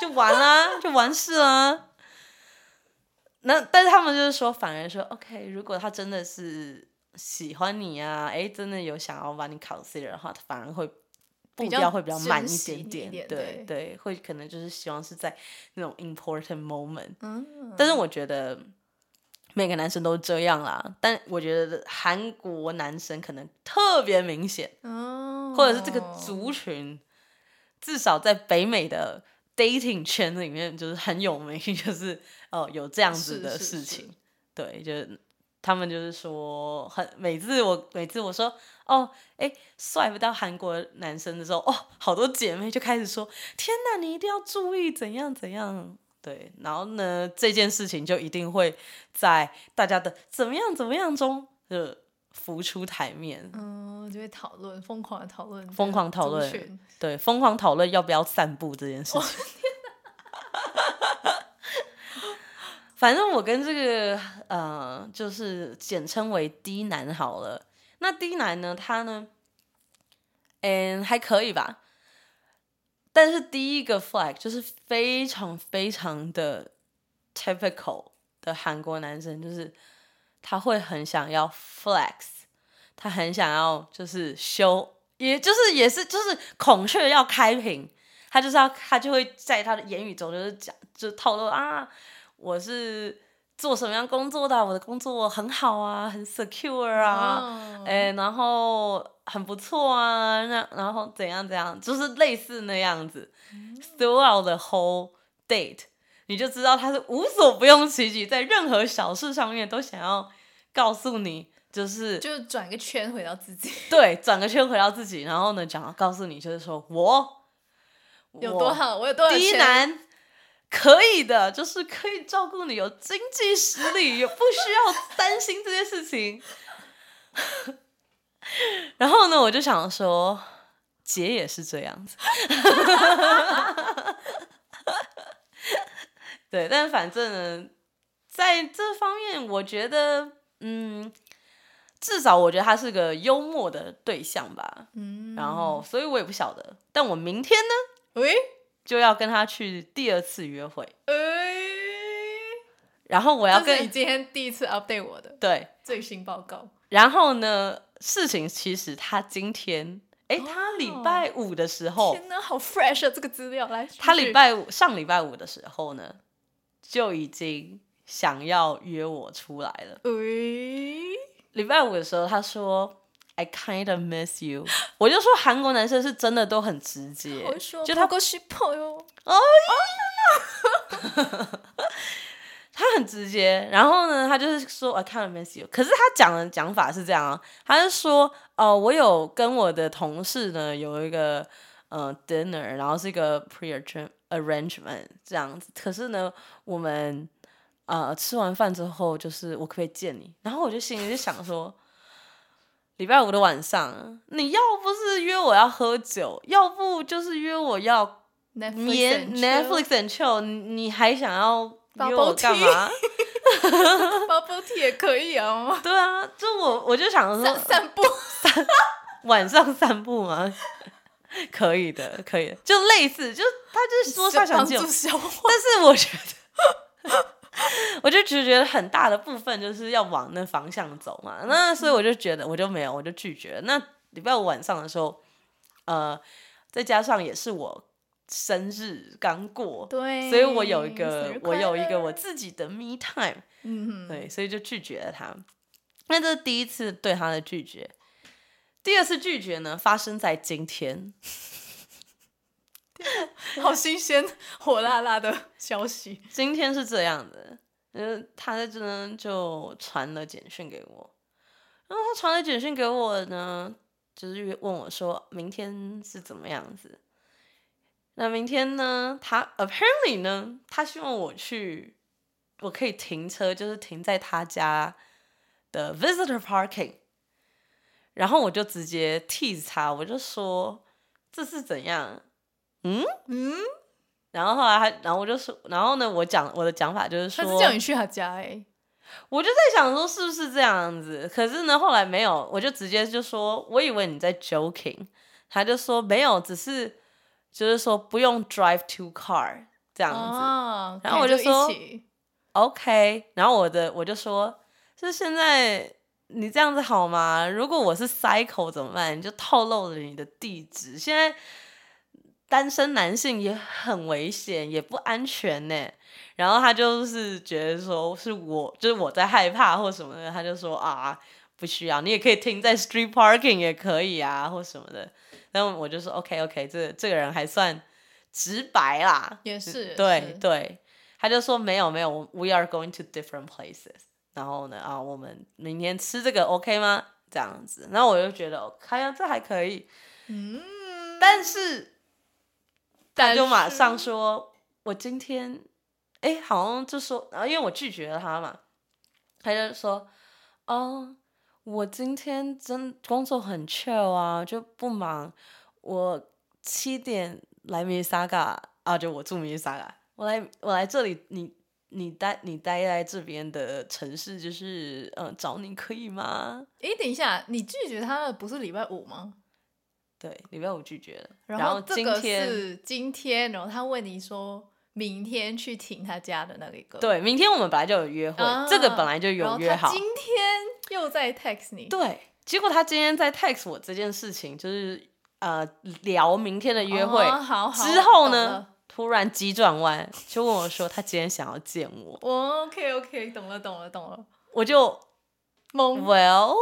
[SPEAKER 1] 就完啦、就完事啦、那但是他们就是说，反而说 OK，如果他真的是喜欢你啊，哎、真的有想要把你 consider 的话，他反而会。步
[SPEAKER 2] 比较
[SPEAKER 1] 调会比较慢
[SPEAKER 2] 珍
[SPEAKER 1] 一
[SPEAKER 2] 惜
[SPEAKER 1] 点
[SPEAKER 2] 你一
[SPEAKER 1] 点，
[SPEAKER 2] 点
[SPEAKER 1] 对
[SPEAKER 2] 对
[SPEAKER 1] 对，会可能就是希望是在那种 important moment，
[SPEAKER 2] 嗯，
[SPEAKER 1] 但是我觉得每个男生都这样啦，但我觉得韩国男生可能特别明显，
[SPEAKER 2] 哦
[SPEAKER 1] 或者是这个族群，至少在北美的 dating 圈里面就是很有名， 就是哦有这样子
[SPEAKER 2] 是
[SPEAKER 1] 的
[SPEAKER 2] 是
[SPEAKER 1] 事
[SPEAKER 2] 是
[SPEAKER 1] 情，对，就是他们就是说很每次我每次我说哦哎帅不到韩国男生的时候，哦好多姐妹就开始说天哪你一定要注意怎样怎样。对，然后呢，这件事情就一定会在大家的怎么样怎么样中就浮出台面，
[SPEAKER 2] 嗯，就会讨论，疯狂的讨论，
[SPEAKER 1] 疯狂讨论
[SPEAKER 2] 族群
[SPEAKER 1] 对，疯狂讨论要不要散步这件事情。 反正我跟这个呃，就是简称为 D 男好了。那 D 男呢，他呢，嗯，还可以吧。但是第一个 flag 就是非常非常的 typical 的韩国男生，就是他会很想要 flex，他很想要就是修，也就是也是就是孔雀要开屏，他就是要他就会在他的言语中就是讲就透露啊，我是做什么样工作的啊、我的工作很好啊，很 secure 啊，
[SPEAKER 2] 哦
[SPEAKER 1] 哎、然后很不错啊，那然后怎样怎样，就是类似那样子。Throughout
[SPEAKER 2] 嗯
[SPEAKER 1] the whole date，你就知道他是无所不用其极，在任何小事上面都想要告诉你，就是
[SPEAKER 2] 就转个圈回到 自己，
[SPEAKER 1] 对，转个圈回到自己，然后呢，讲告诉你，就是说我
[SPEAKER 2] 有
[SPEAKER 1] 我
[SPEAKER 2] 多好，我有多少
[SPEAKER 1] 第一
[SPEAKER 2] 钱
[SPEAKER 1] 男可以的，就是可以照顾你，有经济实力，也不需要担心这件事情。 然后呢，我就想说，姐也是这样子。 对，但反正呢，在这方面，我觉得，嗯，至少我觉得他是个幽默的对象吧。
[SPEAKER 2] 嗯，
[SPEAKER 1] 然后，所以我也不晓得，但我明天呢？
[SPEAKER 2] 喂，
[SPEAKER 1] 就要跟他去第二次约会，
[SPEAKER 2] 哎，
[SPEAKER 1] 然后我要
[SPEAKER 2] 这是你
[SPEAKER 1] 跟
[SPEAKER 2] 今天第一次 update 我的
[SPEAKER 1] 对，
[SPEAKER 2] 最新报告，
[SPEAKER 1] 然后呢，事情其实他今天，哎，他礼
[SPEAKER 2] 哦
[SPEAKER 1] 拜五的时候，
[SPEAKER 2] 天哪，好 fresh 啊，这个资料来，继
[SPEAKER 1] 他
[SPEAKER 2] 续
[SPEAKER 1] 礼拜五上礼拜五的时候呢，就已经想要约我出来了。
[SPEAKER 2] 喂，
[SPEAKER 1] 礼拜五的时候，他说。I kind of miss you，我就说韩国男生是真的都很直接
[SPEAKER 2] 我，说
[SPEAKER 1] 就他
[SPEAKER 2] 过去朋友，
[SPEAKER 1] 他很直接，然后呢，他就是说呃 I can't miss you。可是他讲的讲法是这样啊，他是说，哦，我有跟我的同事呢有一个呃 dinner，然后是一个 pre arrangement 这样子。可是呢，我们呃吃完饭之后，就是我可不可以见你？然后我就心里就想说，礼拜五的晚上，你要不是约我要喝酒，要不就是约我要
[SPEAKER 2] 免
[SPEAKER 1] 免 Netflix and chill，你你还想要约我
[SPEAKER 2] Bubble
[SPEAKER 1] 干嘛？
[SPEAKER 2] bubble tea 也可以 啊，
[SPEAKER 1] 对啊，就我我就想
[SPEAKER 2] 散
[SPEAKER 1] 说
[SPEAKER 2] 散步，
[SPEAKER 1] 晚上散步吗？ 可以的，可以的，就类似，就他就是说他想
[SPEAKER 2] 帮
[SPEAKER 1] 见我
[SPEAKER 2] 助，消化，
[SPEAKER 1] 但是我觉得， 我就只觉得很大的部分就是要往那方向走嘛。
[SPEAKER 2] 嗯
[SPEAKER 1] 那所以我就觉得我就没有，我就拒绝了。那礼拜五晚上的时候，呃，再加上也是我生日刚过，
[SPEAKER 2] 对
[SPEAKER 1] 所以我有一个
[SPEAKER 2] 生日
[SPEAKER 1] 我
[SPEAKER 2] 快乐
[SPEAKER 1] 有一个我自己的 me time。
[SPEAKER 2] 嗯哼，
[SPEAKER 1] 对，所以就拒绝了他。那这是第一次对他的拒绝，第二次拒绝呢，发生在今天。
[SPEAKER 2] 好新鲜，火辣辣的消息，
[SPEAKER 1] 今天是这样的，呃，他在这呢就传了简讯给我，然后他传了简讯给我呢，就是约问我说明天是怎么样子。那明天呢，他 apparently 呢，他希望我去，我可以停车，就是停在他家的 visitor parking。然后我就直接 tease 他，我就说这是怎样？
[SPEAKER 2] 嗯，
[SPEAKER 1] 然后后来他，然后我就说，然后呢，我讲我的讲法就是
[SPEAKER 2] 他
[SPEAKER 1] 说，
[SPEAKER 2] 是叫你去他家哎，
[SPEAKER 1] 我就在想说是不是这样子，可是呢，后来没有，我就直接就说，我以为你在 joking，他就说没有，只是就是说不用 drive to car 这样子、
[SPEAKER 2] 啊，
[SPEAKER 1] 然后我
[SPEAKER 2] 可以
[SPEAKER 1] 就
[SPEAKER 2] 就
[SPEAKER 1] 说
[SPEAKER 2] 一起
[SPEAKER 1] o k 然后我的我就说，就是现在你这样子好吗？如果我是 cycle 怎么办？你就透露了你的地址，现在。单身男性也很危险，也不安全呢。然后他就是觉得说是我，就是我在害怕或什么的，他就说啊，不需要，你也可以停在 street parking 也可以啊，或什么的。然后我就说 OK OK，这这个人还算直白啦，
[SPEAKER 2] 也是也
[SPEAKER 1] 嗯对
[SPEAKER 2] 是
[SPEAKER 1] 对。他就说没有没有我，We are going to different places。然后呢啊，我们明天吃这个 OK 吗？这样子，然后我就觉得 OK 啊，这还可以。
[SPEAKER 2] 嗯，
[SPEAKER 1] 但是他
[SPEAKER 2] 但
[SPEAKER 1] 就马
[SPEAKER 2] 是
[SPEAKER 1] 上说，我今天，哎，啊好像就说，然后因为我拒绝了他嘛，他就说，哦，我今天真工作很 chill 啊，就不忙。我七点来米萨嘎啊，就我住米萨嘎，我来我来这里，你你待你待在这边的城市，就是嗯、呃找你可以吗？
[SPEAKER 2] 诶，等一下，你拒绝他的不是礼拜五吗？
[SPEAKER 1] 对，礼拜五拒绝了，
[SPEAKER 2] 后这
[SPEAKER 1] 今
[SPEAKER 2] 个
[SPEAKER 1] 天
[SPEAKER 2] 是今天，然后他问你说明天去停他家的那一个，，
[SPEAKER 1] 对，明天我们本来就有约会，这个
[SPEAKER 2] 啊
[SPEAKER 1] 本来就
[SPEAKER 2] 然
[SPEAKER 1] 有
[SPEAKER 2] 后
[SPEAKER 1] 约
[SPEAKER 2] 他
[SPEAKER 1] 好
[SPEAKER 2] 今。天又在 text 你，
[SPEAKER 1] 对，结果他今天在 text 我这件事情，就是呃聊明天的约会、
[SPEAKER 2] 哦好好
[SPEAKER 1] 之后
[SPEAKER 2] 懂
[SPEAKER 1] 呢
[SPEAKER 2] 了，
[SPEAKER 1] 突然急转弯，就问我说他今天想要见我，
[SPEAKER 2] 我 OK OK，懂哦了懂了懂了。
[SPEAKER 1] 我就
[SPEAKER 2] 懵
[SPEAKER 1] well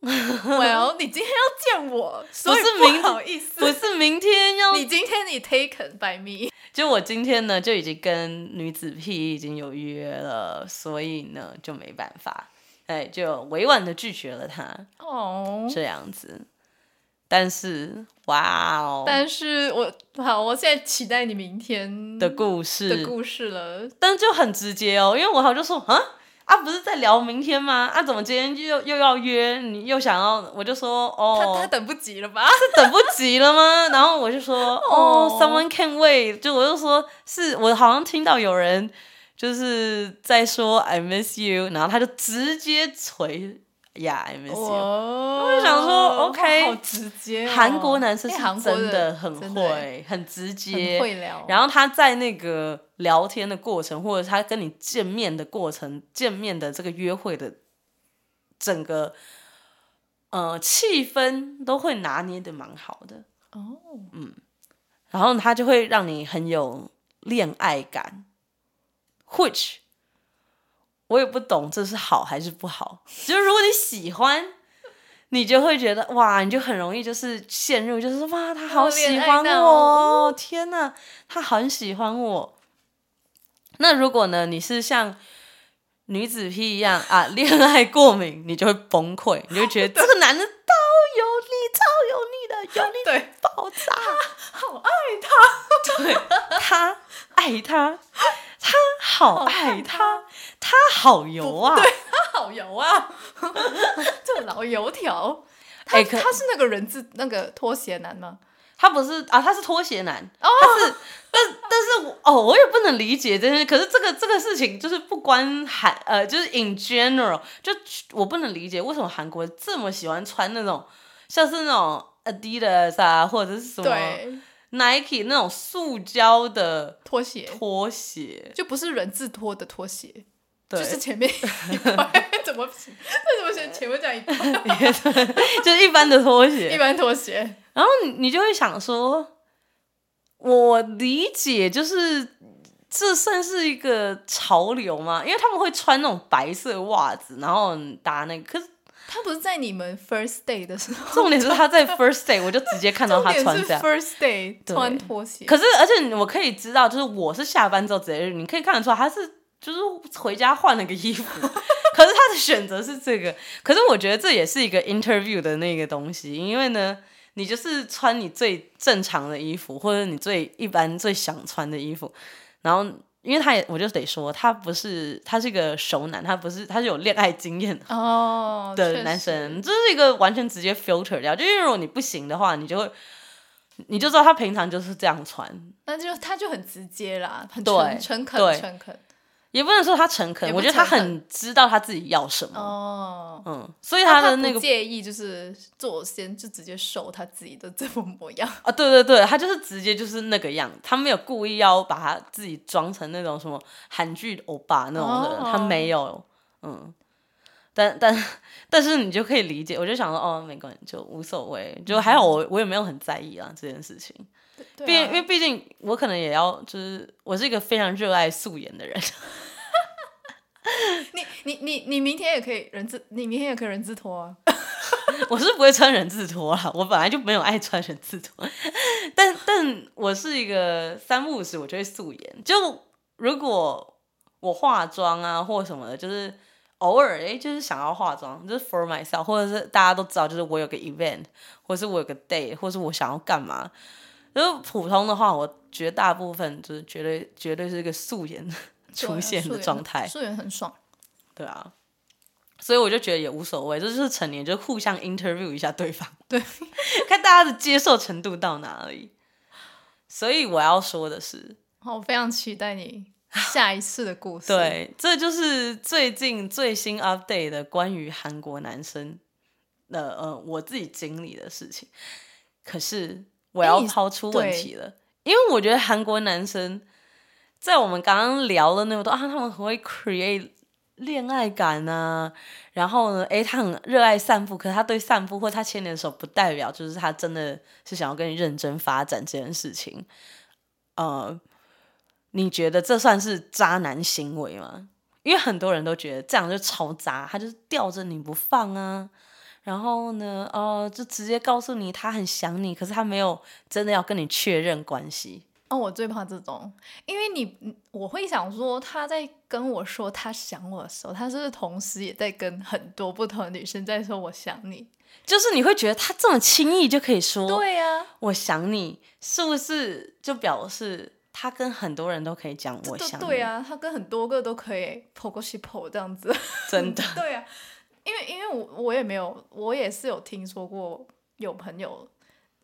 [SPEAKER 2] well，你今天要见我，所以
[SPEAKER 1] 是明
[SPEAKER 2] 好意思，
[SPEAKER 1] 不是明天要，
[SPEAKER 2] 你今天你 taken by me，
[SPEAKER 1] 就我今天呢就已经跟女子 P 已经有约了，所以呢就没办法，哎，就委婉的拒绝了他
[SPEAKER 2] 哦、
[SPEAKER 1] 这样子。但是，哇哦
[SPEAKER 2] 但是我好，我现在期待你明天
[SPEAKER 1] 的故事
[SPEAKER 2] 的故事了。
[SPEAKER 1] 但就很直接哦，因为我好像就说啊啊，不是在聊明天吗？啊，怎么今天又又要约你，又想要？我就说
[SPEAKER 2] 他
[SPEAKER 1] 哦
[SPEAKER 2] 他，等不及了吧？
[SPEAKER 1] 是等不及 了吗？然后我就说哦
[SPEAKER 2] 哦
[SPEAKER 1] s o m e o n e can wait，就我就说是我好像听到有人就是在说 I miss you，然后他就直接锤呀、yeah,，I miss you。
[SPEAKER 2] 哦，
[SPEAKER 1] 我就想说，OK，
[SPEAKER 2] 好直接哦、
[SPEAKER 1] 韩国男生
[SPEAKER 2] 哎
[SPEAKER 1] 是
[SPEAKER 2] 韩国
[SPEAKER 1] 真的很
[SPEAKER 2] 真的欸
[SPEAKER 1] 会，很直接，
[SPEAKER 2] 很会聊，
[SPEAKER 1] 然后他在那个聊天的过程，或者他跟你见面的过程，见面的这个约会的整个呃气氛都会拿捏的蛮好的，嗯
[SPEAKER 2] 哦，
[SPEAKER 1] 然后他就会让你很有恋爱感，which 我也不懂这是好还是不好，就是如果你喜欢。你就会觉得哇，你就很容易就是陷入，就是哇，他好
[SPEAKER 2] 哦恋
[SPEAKER 1] 喜
[SPEAKER 2] 爱
[SPEAKER 1] 欢
[SPEAKER 2] 脑
[SPEAKER 1] 我，哦天哪，他很喜欢我。那如果呢，你是像女子 P 一样啊， 恋爱过敏，你就会崩溃，你就会觉 得这个男的超有力，超有力的，有力
[SPEAKER 2] 对，
[SPEAKER 1] 爆炸。
[SPEAKER 2] 好啊爱
[SPEAKER 1] 对他爱他， 他好爱他，他好油啊！
[SPEAKER 2] 他好油 啊，这老油条。他、
[SPEAKER 1] 哎可
[SPEAKER 2] 他是那个人字那个拖鞋男吗？哦
[SPEAKER 1] 他不是啊，他是拖鞋男，他是， 但但是我哦，我也不能理解这件事。可是这个这个事情就是不关韩呃，就是 in general，就我不能理解为什么韩国这么喜欢穿那种像是那种 Adidas 啊，或者是什么
[SPEAKER 2] 对，
[SPEAKER 1] Nike 那种塑胶的
[SPEAKER 2] 拖鞋
[SPEAKER 1] 拖鞋，
[SPEAKER 2] 就不是人字拖的拖鞋，
[SPEAKER 1] 对，
[SPEAKER 2] 就是前面一块， 怎么为什么前前面这样一块？
[SPEAKER 1] 就是一般的拖鞋
[SPEAKER 2] 一，般拖鞋，
[SPEAKER 1] 然后你你就会想说，我理解就是这算是一个潮流吗？因为他们会穿那种白色袜子，然后搭那个。可是
[SPEAKER 2] 他不是在你们 first day 的时候，
[SPEAKER 1] 重点是他在 first day 我就直接看到
[SPEAKER 2] 重
[SPEAKER 1] 他
[SPEAKER 2] 点
[SPEAKER 1] 穿
[SPEAKER 2] 是
[SPEAKER 1] 这样。
[SPEAKER 2] first day
[SPEAKER 1] 对
[SPEAKER 2] 穿拖鞋，
[SPEAKER 1] 可是而且我可以知道，就是我是下班之后直接，你可以看得出来他是就是回家换了个 衣服。可是他的选择是这个，可是我觉得这也是一个 interview 的那个东西，因为呢，你就是穿你最正常的衣服，或者你最一般最想穿的衣服，然后因为他也我就得说，他不是他是一个熟男，他不是他是有恋爱经验的。
[SPEAKER 2] 哦，
[SPEAKER 1] 的男生，这是一个完全直接 filter 掉。就是如果你不行的话，你就会，你就知道他平常就是这样穿，
[SPEAKER 2] 那就他就很直接啦，很
[SPEAKER 1] 对
[SPEAKER 2] 诚诚恳
[SPEAKER 1] 对
[SPEAKER 2] 诚恳
[SPEAKER 1] 也不能说他诚恳，
[SPEAKER 2] 也不
[SPEAKER 1] 我觉得他
[SPEAKER 2] 诚
[SPEAKER 1] 很知道他自己要什么，
[SPEAKER 2] 哦。
[SPEAKER 1] 嗯，所以他
[SPEAKER 2] 他
[SPEAKER 1] 的
[SPEAKER 2] 不
[SPEAKER 1] 那个
[SPEAKER 2] 介意就是做先就直接收他自己的这副模样，
[SPEAKER 1] 啊，对对对，他就是直接就是那个样，他没有故意要把他自己装成那种什么韩剧欧巴那种人，
[SPEAKER 2] 哦
[SPEAKER 1] 他没有，嗯。但但但是你就可以理解，我就想说哦，没关系，就无所谓，就还好我我也没有很在意啊这件事情，
[SPEAKER 2] 嗯对
[SPEAKER 1] 毕、因为
[SPEAKER 2] 啊，
[SPEAKER 1] 毕竟我可能也要就是我是一个非常热爱素颜的人，
[SPEAKER 2] 你你你你明天也可以人字，你明天也可以人字拖啊，
[SPEAKER 1] 我是不会穿人字拖啦，我本来就没有爱穿人字拖， 但但我是一个三不五时我就会素颜，就如果我化妆啊或什么的，就是偶尔诶，就是想要化妆，就是 for myself，或者是大家都知道，就是我有个 event，或是我有个 day，或是我想要干嘛，就是普通的话，我绝大部分就是绝对绝对是一个素颜
[SPEAKER 2] 对
[SPEAKER 1] 出
[SPEAKER 2] 啊
[SPEAKER 1] 现
[SPEAKER 2] 素
[SPEAKER 1] 的
[SPEAKER 2] 颜
[SPEAKER 1] 状态，
[SPEAKER 2] 素颜很爽。
[SPEAKER 1] 对啊，所以我就觉得也无所谓，这就是成年，就互相 interview 一下对方，
[SPEAKER 2] 对，
[SPEAKER 1] 看大家的接受程度到哪里。所以我要说的是，
[SPEAKER 2] 好，我非常期待 你下一次的故事。，
[SPEAKER 1] 对，这就是最近最新 update 的关于韩国男生的呃我自己经历的事情。可是我
[SPEAKER 2] 哎
[SPEAKER 1] 要
[SPEAKER 2] 你
[SPEAKER 1] 抛出问
[SPEAKER 2] 对
[SPEAKER 1] 题了，因为我觉得韩国男生在我们刚刚聊了那么多啊，他们很会 create 恋爱感啊，然后呢，诶，他很热爱散步，可是他对散步或他牵你的手，不代表就是他真的是想要跟你认真发展这件事情。呃，你觉得这算是渣男行为吗？因为很多人都觉得这样就超渣，他就是吊着你不放啊。然后呢，哦，就直接告诉你他很想你，可是他没有真的要跟你确认关系。
[SPEAKER 2] 哦，我最怕这种，因为你嗯我会想说，他在跟我说他想我的时候，他是不是同时也在跟很多不同的女生在说我想你？
[SPEAKER 1] 就是你会觉得他这么轻易就可以说
[SPEAKER 2] 对呀、啊，
[SPEAKER 1] 我想你，是不是就表示他跟很多人都可以讲我
[SPEAKER 2] 对
[SPEAKER 1] 想你？
[SPEAKER 2] 对啊，他跟很多个都可以跑过去跑这样子。
[SPEAKER 1] 真的
[SPEAKER 2] 对啊，因为因为我我也没有，我也是有听说过有朋友，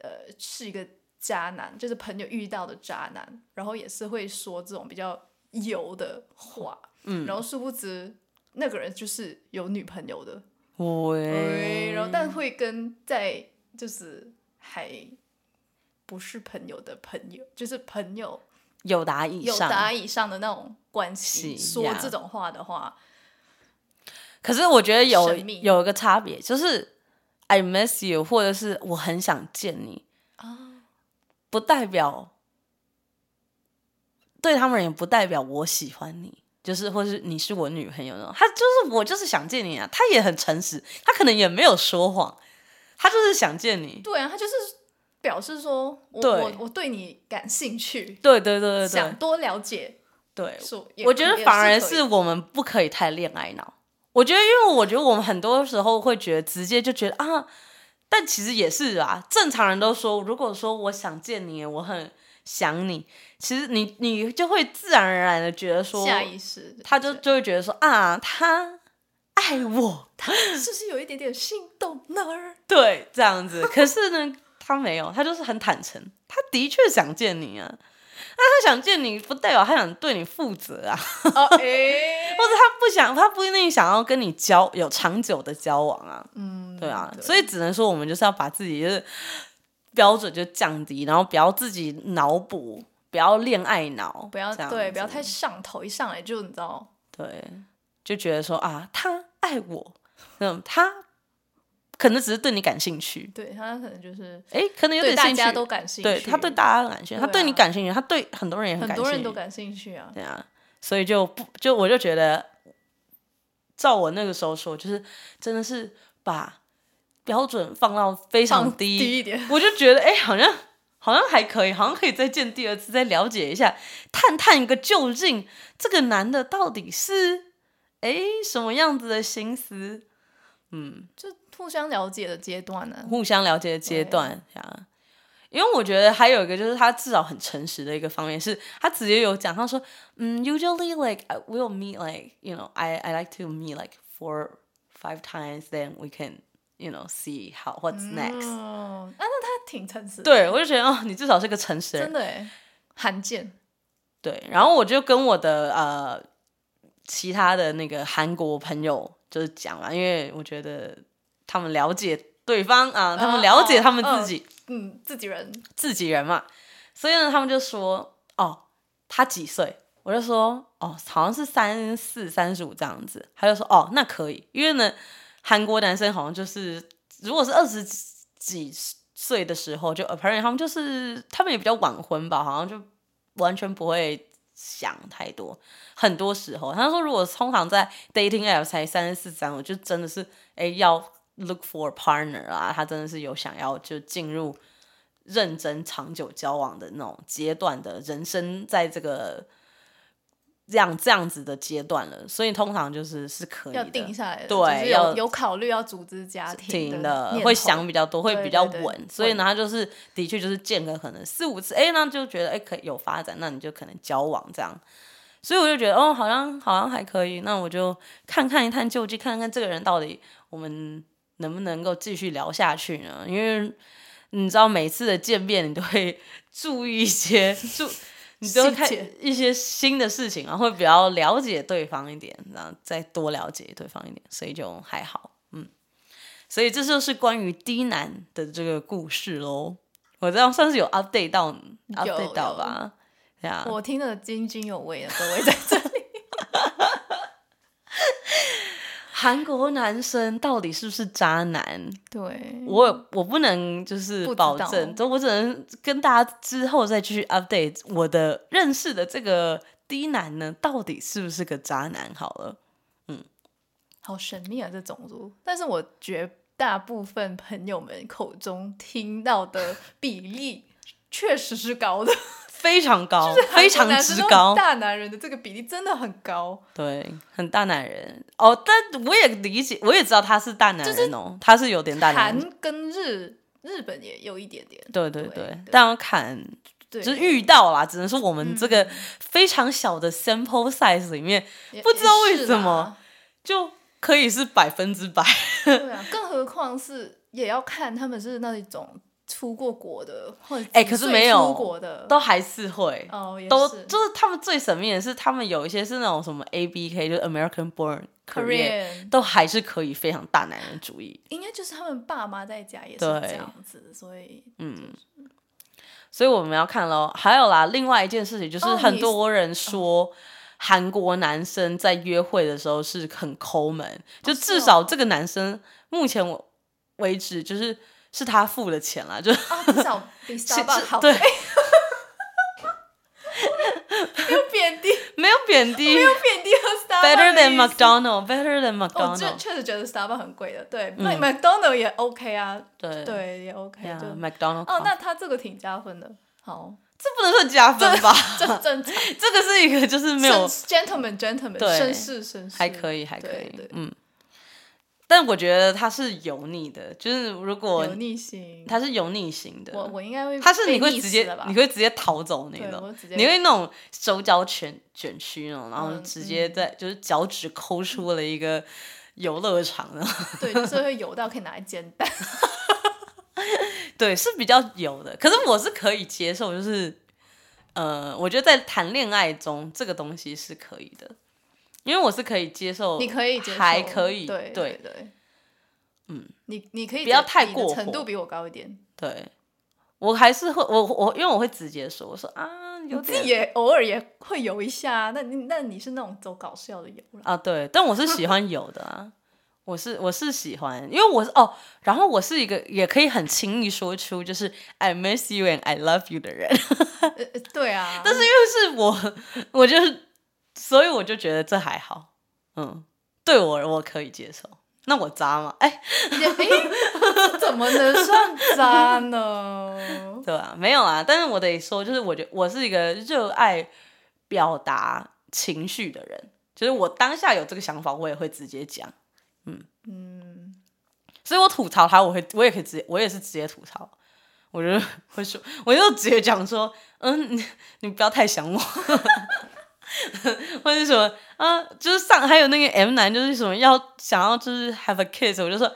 [SPEAKER 2] 呃，是一个渣男，就是朋友遇到的渣男，然后也是会说这种比较油的话，嗯，然后殊不知那个人就是有女朋友的，
[SPEAKER 1] 喂嗯
[SPEAKER 2] 对，，然后但会跟在就是还不是朋友的朋友，就是朋友
[SPEAKER 1] 有答以
[SPEAKER 2] 有
[SPEAKER 1] 上，
[SPEAKER 2] 达以上的那种关系，
[SPEAKER 1] 是
[SPEAKER 2] 说
[SPEAKER 1] 呀
[SPEAKER 2] 这种话的话，
[SPEAKER 1] 可是我觉得有
[SPEAKER 2] 神秘
[SPEAKER 1] 有一个差别，就是 I miss you，或者是我很想见你，
[SPEAKER 2] 啊，
[SPEAKER 1] 不代表对他们而言不代表我喜欢你，就是或是你是我女朋友那种。他就是我就是想见你啊，他也很诚实，他可能也没有说谎，他就是想见你。
[SPEAKER 2] 对啊，他就是表示说我
[SPEAKER 1] 对
[SPEAKER 2] 我我对你感兴趣，
[SPEAKER 1] 对对对对
[SPEAKER 2] 想多了解，
[SPEAKER 1] 对
[SPEAKER 2] 说
[SPEAKER 1] 对，
[SPEAKER 2] 也
[SPEAKER 1] 我觉得
[SPEAKER 2] 也
[SPEAKER 1] 反而
[SPEAKER 2] 可以
[SPEAKER 1] 是我们不可以太恋爱脑。我觉得，因为我觉得我们很多时候会觉得直接就觉得啊，但其实也是啊，正常人都说，如果说我想见你，我很想你，其实你你就会自然而然的觉得说，
[SPEAKER 2] 下意识，
[SPEAKER 1] 他就就会觉得说啊，他爱我，
[SPEAKER 2] 是不是有一点点心动呢？
[SPEAKER 1] 对，这样子。可是呢，他没有，他就是很坦诚，他的确想见你啊。那他想见你，不代表他想对你负责啊，或
[SPEAKER 2] 哦，诶，
[SPEAKER 1] 者他不想，他不一定想要跟你交有长久的交往啊，
[SPEAKER 2] 嗯，
[SPEAKER 1] 对啊。所以只能说，我们就是要把自己就是标准就降低，然后不要自己脑补，不要恋爱脑，
[SPEAKER 2] 不要
[SPEAKER 1] 这样
[SPEAKER 2] 对，不要
[SPEAKER 1] 子
[SPEAKER 2] 太上头，一上来就你知道，
[SPEAKER 1] 对，就觉得说啊，他爱我，嗯，他可能只是对你感兴趣，
[SPEAKER 2] 对他可能就是
[SPEAKER 1] 哎，可能有
[SPEAKER 2] 对
[SPEAKER 1] 点兴
[SPEAKER 2] 大
[SPEAKER 1] 趣，
[SPEAKER 2] 家都感兴趣，
[SPEAKER 1] 对他对大家都感兴趣，他
[SPEAKER 2] 对
[SPEAKER 1] 对你
[SPEAKER 2] 啊
[SPEAKER 1] 感兴趣，他对很多人也很
[SPEAKER 2] 很
[SPEAKER 1] 感
[SPEAKER 2] 多人
[SPEAKER 1] 兴
[SPEAKER 2] 都
[SPEAKER 1] 趣，
[SPEAKER 2] 感兴趣啊，
[SPEAKER 1] 对啊，所以就不就我就觉得，照我那个时候说，就是真的是把标准放到非常
[SPEAKER 2] 放低一点，
[SPEAKER 1] 我就觉得哎、诶好像好像还可以，好像可以再见第二次，再了解一下，探探一个究竟，这个男的到底是哎、诶什么样子的心思，嗯
[SPEAKER 2] 就互相了解的阶段呢、
[SPEAKER 1] 互相了解的阶段啊。因为我觉得还有一个就是他至少很诚实的一个方面是，他直接有讲，他说，嗯，usually like I- we'll meet like you know I I like to meet like four five times then we can you know see how what's next、
[SPEAKER 2] 哦，啊，那他挺诚实的，
[SPEAKER 1] 对我就觉得哦，你至少是个诚实的人
[SPEAKER 2] 真，的诶，罕见。
[SPEAKER 1] 对，然后我就跟我的呃其他的那个韩国朋友就是讲了，因为我觉得他们了解对方啊、他们
[SPEAKER 2] 嗯
[SPEAKER 1] 了解
[SPEAKER 2] 嗯
[SPEAKER 1] 他们
[SPEAKER 2] 嗯
[SPEAKER 1] 自己、
[SPEAKER 2] 嗯，自己人
[SPEAKER 1] 自己人嘛，所以呢，他们就说哦，他几岁？我就说哦，好像是三四、三十五这样子。他就说哦，那可以，因为呢，韩国男生好像就是如果是二十几岁的时候，就 apparently 他们就是他们也比较晚婚吧，好像就完全不会想太多。很多时候，他说如果通常在 dating app 才三十四、三我就真的是哎要 look for a partner 啊，他真的是有想要就进入认真长久交往的那种阶段的人生，在这个这样这样子的阶段了，所以通常就是是可以
[SPEAKER 2] 要
[SPEAKER 1] 的。
[SPEAKER 2] 定下来的，
[SPEAKER 1] 对
[SPEAKER 2] 就是
[SPEAKER 1] 要
[SPEAKER 2] 有有考虑要组织家
[SPEAKER 1] 挺
[SPEAKER 2] 庭
[SPEAKER 1] 的，
[SPEAKER 2] 念
[SPEAKER 1] 会
[SPEAKER 2] 头
[SPEAKER 1] 想比较多，会
[SPEAKER 2] 对
[SPEAKER 1] 比
[SPEAKER 2] 对
[SPEAKER 1] 较
[SPEAKER 2] 对
[SPEAKER 1] 稳，所以呢，他就是的确就是见个可能四五次，哎，那就觉得哎可以有发展，那你就可能交往这样。所以我就觉得哦，好像好像还可以，那我就看看一探究竟，看看这个人到底我们能不能够继续聊下去呢？因为你知道每次的见面，你都会注意一些注， 你都会
[SPEAKER 2] 细
[SPEAKER 1] 看
[SPEAKER 2] 节
[SPEAKER 1] 一些新的事情啊，会比较了解对方一点，然后再多了解对方一点，所以就还好，嗯。所以这就是关于低男的这个故事喽。我这样算是有 update 到 update 到吧？对啊，
[SPEAKER 2] 我听得津津有味的，各位在这 里。
[SPEAKER 1] 韩国男生到底是不是渣男？
[SPEAKER 2] 对，
[SPEAKER 1] 我我不能就
[SPEAKER 2] 嗯
[SPEAKER 1] 是
[SPEAKER 2] 不知
[SPEAKER 1] 保
[SPEAKER 2] 道
[SPEAKER 1] 证，就我只能跟大家之后再继续 update 我的认识的这个低男呢，到底是不是个渣男？好了，
[SPEAKER 2] 好神秘啊，这种族。但是我绝大部分朋友们口中听到的比例确实是高的，
[SPEAKER 1] 非常 高，哦非常之高，
[SPEAKER 2] 大男人的这个比例真的很高。
[SPEAKER 1] 对，很大男人哦。但我也理解，我也知道他是大男人哦，他是有点大男人，
[SPEAKER 2] 韩跟日日本也有一点点，
[SPEAKER 1] 对对
[SPEAKER 2] 对
[SPEAKER 1] 对
[SPEAKER 2] 对，
[SPEAKER 1] 但要看
[SPEAKER 2] 对，嗯
[SPEAKER 1] 就是遇到啦，只能说我们这个非常小的 sample size 里面，
[SPEAKER 2] 也
[SPEAKER 1] 不知道为什。
[SPEAKER 2] 也是
[SPEAKER 1] 么
[SPEAKER 2] 啦
[SPEAKER 1] 就可以是百分之百。
[SPEAKER 2] 对啊，更何况是也要看他们是那一种出过国的，或者
[SPEAKER 1] 哎可是
[SPEAKER 2] 最
[SPEAKER 1] 没有
[SPEAKER 2] 出国的，
[SPEAKER 1] 都还是会，
[SPEAKER 2] 哦也
[SPEAKER 1] 都
[SPEAKER 2] 是
[SPEAKER 1] 就是他们最神秘的是，他们有一些是那种什么 A B K，就是 American Born Korean，
[SPEAKER 2] Korean，
[SPEAKER 1] 都还是可以非常大男人主义。
[SPEAKER 2] 应该就是他们爸妈在家也是
[SPEAKER 1] 对嗯
[SPEAKER 2] 这样子，所以
[SPEAKER 1] 所以我们要看喽。还有啦，另外一件事情就是
[SPEAKER 2] 哦
[SPEAKER 1] 很
[SPEAKER 2] 你哦
[SPEAKER 1] 多人说。韩国男生在约会的时候是很抠门，
[SPEAKER 2] 哦
[SPEAKER 1] 就至少这个男生目前我为止就是是他付了钱啦，就是
[SPEAKER 2] 啊，至 少比 s t
[SPEAKER 1] 是
[SPEAKER 2] a
[SPEAKER 1] 是
[SPEAKER 2] 好，哎
[SPEAKER 1] 对，
[SPEAKER 2] 又贬低，又
[SPEAKER 1] 没有贬低
[SPEAKER 2] 贬低和 s t a r
[SPEAKER 1] ，better than McDonald，better than
[SPEAKER 2] 我
[SPEAKER 1] McDonald，
[SPEAKER 2] 哦这确实觉得 Starbucks 很贵的，对，麦、McDonald 也 OK 啊，
[SPEAKER 1] 对
[SPEAKER 2] 对，也 OK，、
[SPEAKER 1] 嗯呀
[SPEAKER 2] 就
[SPEAKER 1] ，McDonald，
[SPEAKER 2] 哦，那他这个挺加分的， 好，
[SPEAKER 1] 这不能算加分吧？
[SPEAKER 2] 这正常，
[SPEAKER 1] 这个是一个就是 没有
[SPEAKER 2] gentleman gentleman，
[SPEAKER 1] 对
[SPEAKER 2] 绅士绅士，
[SPEAKER 1] 还可以，还可以
[SPEAKER 2] 对对，
[SPEAKER 1] 嗯。但我觉得他是油腻的，就是如果
[SPEAKER 2] 油腻型，
[SPEAKER 1] 他是油腻型
[SPEAKER 2] 我
[SPEAKER 1] 的，
[SPEAKER 2] 我应该会，
[SPEAKER 1] 他是你会直接
[SPEAKER 2] 的吧
[SPEAKER 1] 你？会直接逃走那
[SPEAKER 2] 对我
[SPEAKER 1] 种
[SPEAKER 2] 直，接
[SPEAKER 1] 你会那种手脚卷卷曲那种，然后
[SPEAKER 2] 嗯
[SPEAKER 1] 直接在就是脚趾抠出了一个游乐场那种，
[SPEAKER 2] 对，就是会油到可以拿来煎蛋，
[SPEAKER 1] 哦对，是比较油的。可是我是可以接受，就是呃，我觉得在谈恋爱中这个东西是可以的，因为我是可以接受，
[SPEAKER 2] 你可以接受，
[SPEAKER 1] 还可以，
[SPEAKER 2] 对
[SPEAKER 1] 对
[SPEAKER 2] 对，嗯，你你可以
[SPEAKER 1] 不要
[SPEAKER 2] 接
[SPEAKER 1] 太
[SPEAKER 2] 你的
[SPEAKER 1] 过火
[SPEAKER 2] 程度比我高一点，
[SPEAKER 1] 对，我还是会我我因为我会直接说，我说啊有
[SPEAKER 2] 我自己
[SPEAKER 1] 点
[SPEAKER 2] 也偶尔也会油一下，啊那你那你是那种走搞笑的油啦，
[SPEAKER 1] 啊对，但我是喜欢有的啊，我是我是喜欢，因为我是哦，然后我是一个也可以很轻易说出就是 I miss you and I love you 的人，
[SPEAKER 2] 呃呃对啊，但是
[SPEAKER 1] 就是我我就是，所以我就觉得这还好，嗯，对我我可以接受。那我渣吗？哎、
[SPEAKER 2] 这怎么能算渣呢？
[SPEAKER 1] 对啊，没有啊。但是我得说，就是我觉得我是一个热爱表达情绪的人，就是我当下有这个想法，我也会直接讲。
[SPEAKER 2] 嗯，
[SPEAKER 1] 所以我吐槽他，我会我也可以直接，我也是直接吐槽。我就会说，我就直接讲说，嗯，你你不要太想我， 或者什么啊，就是上还有那个 M 男，就是什么要想要就是 have a kiss，我就说，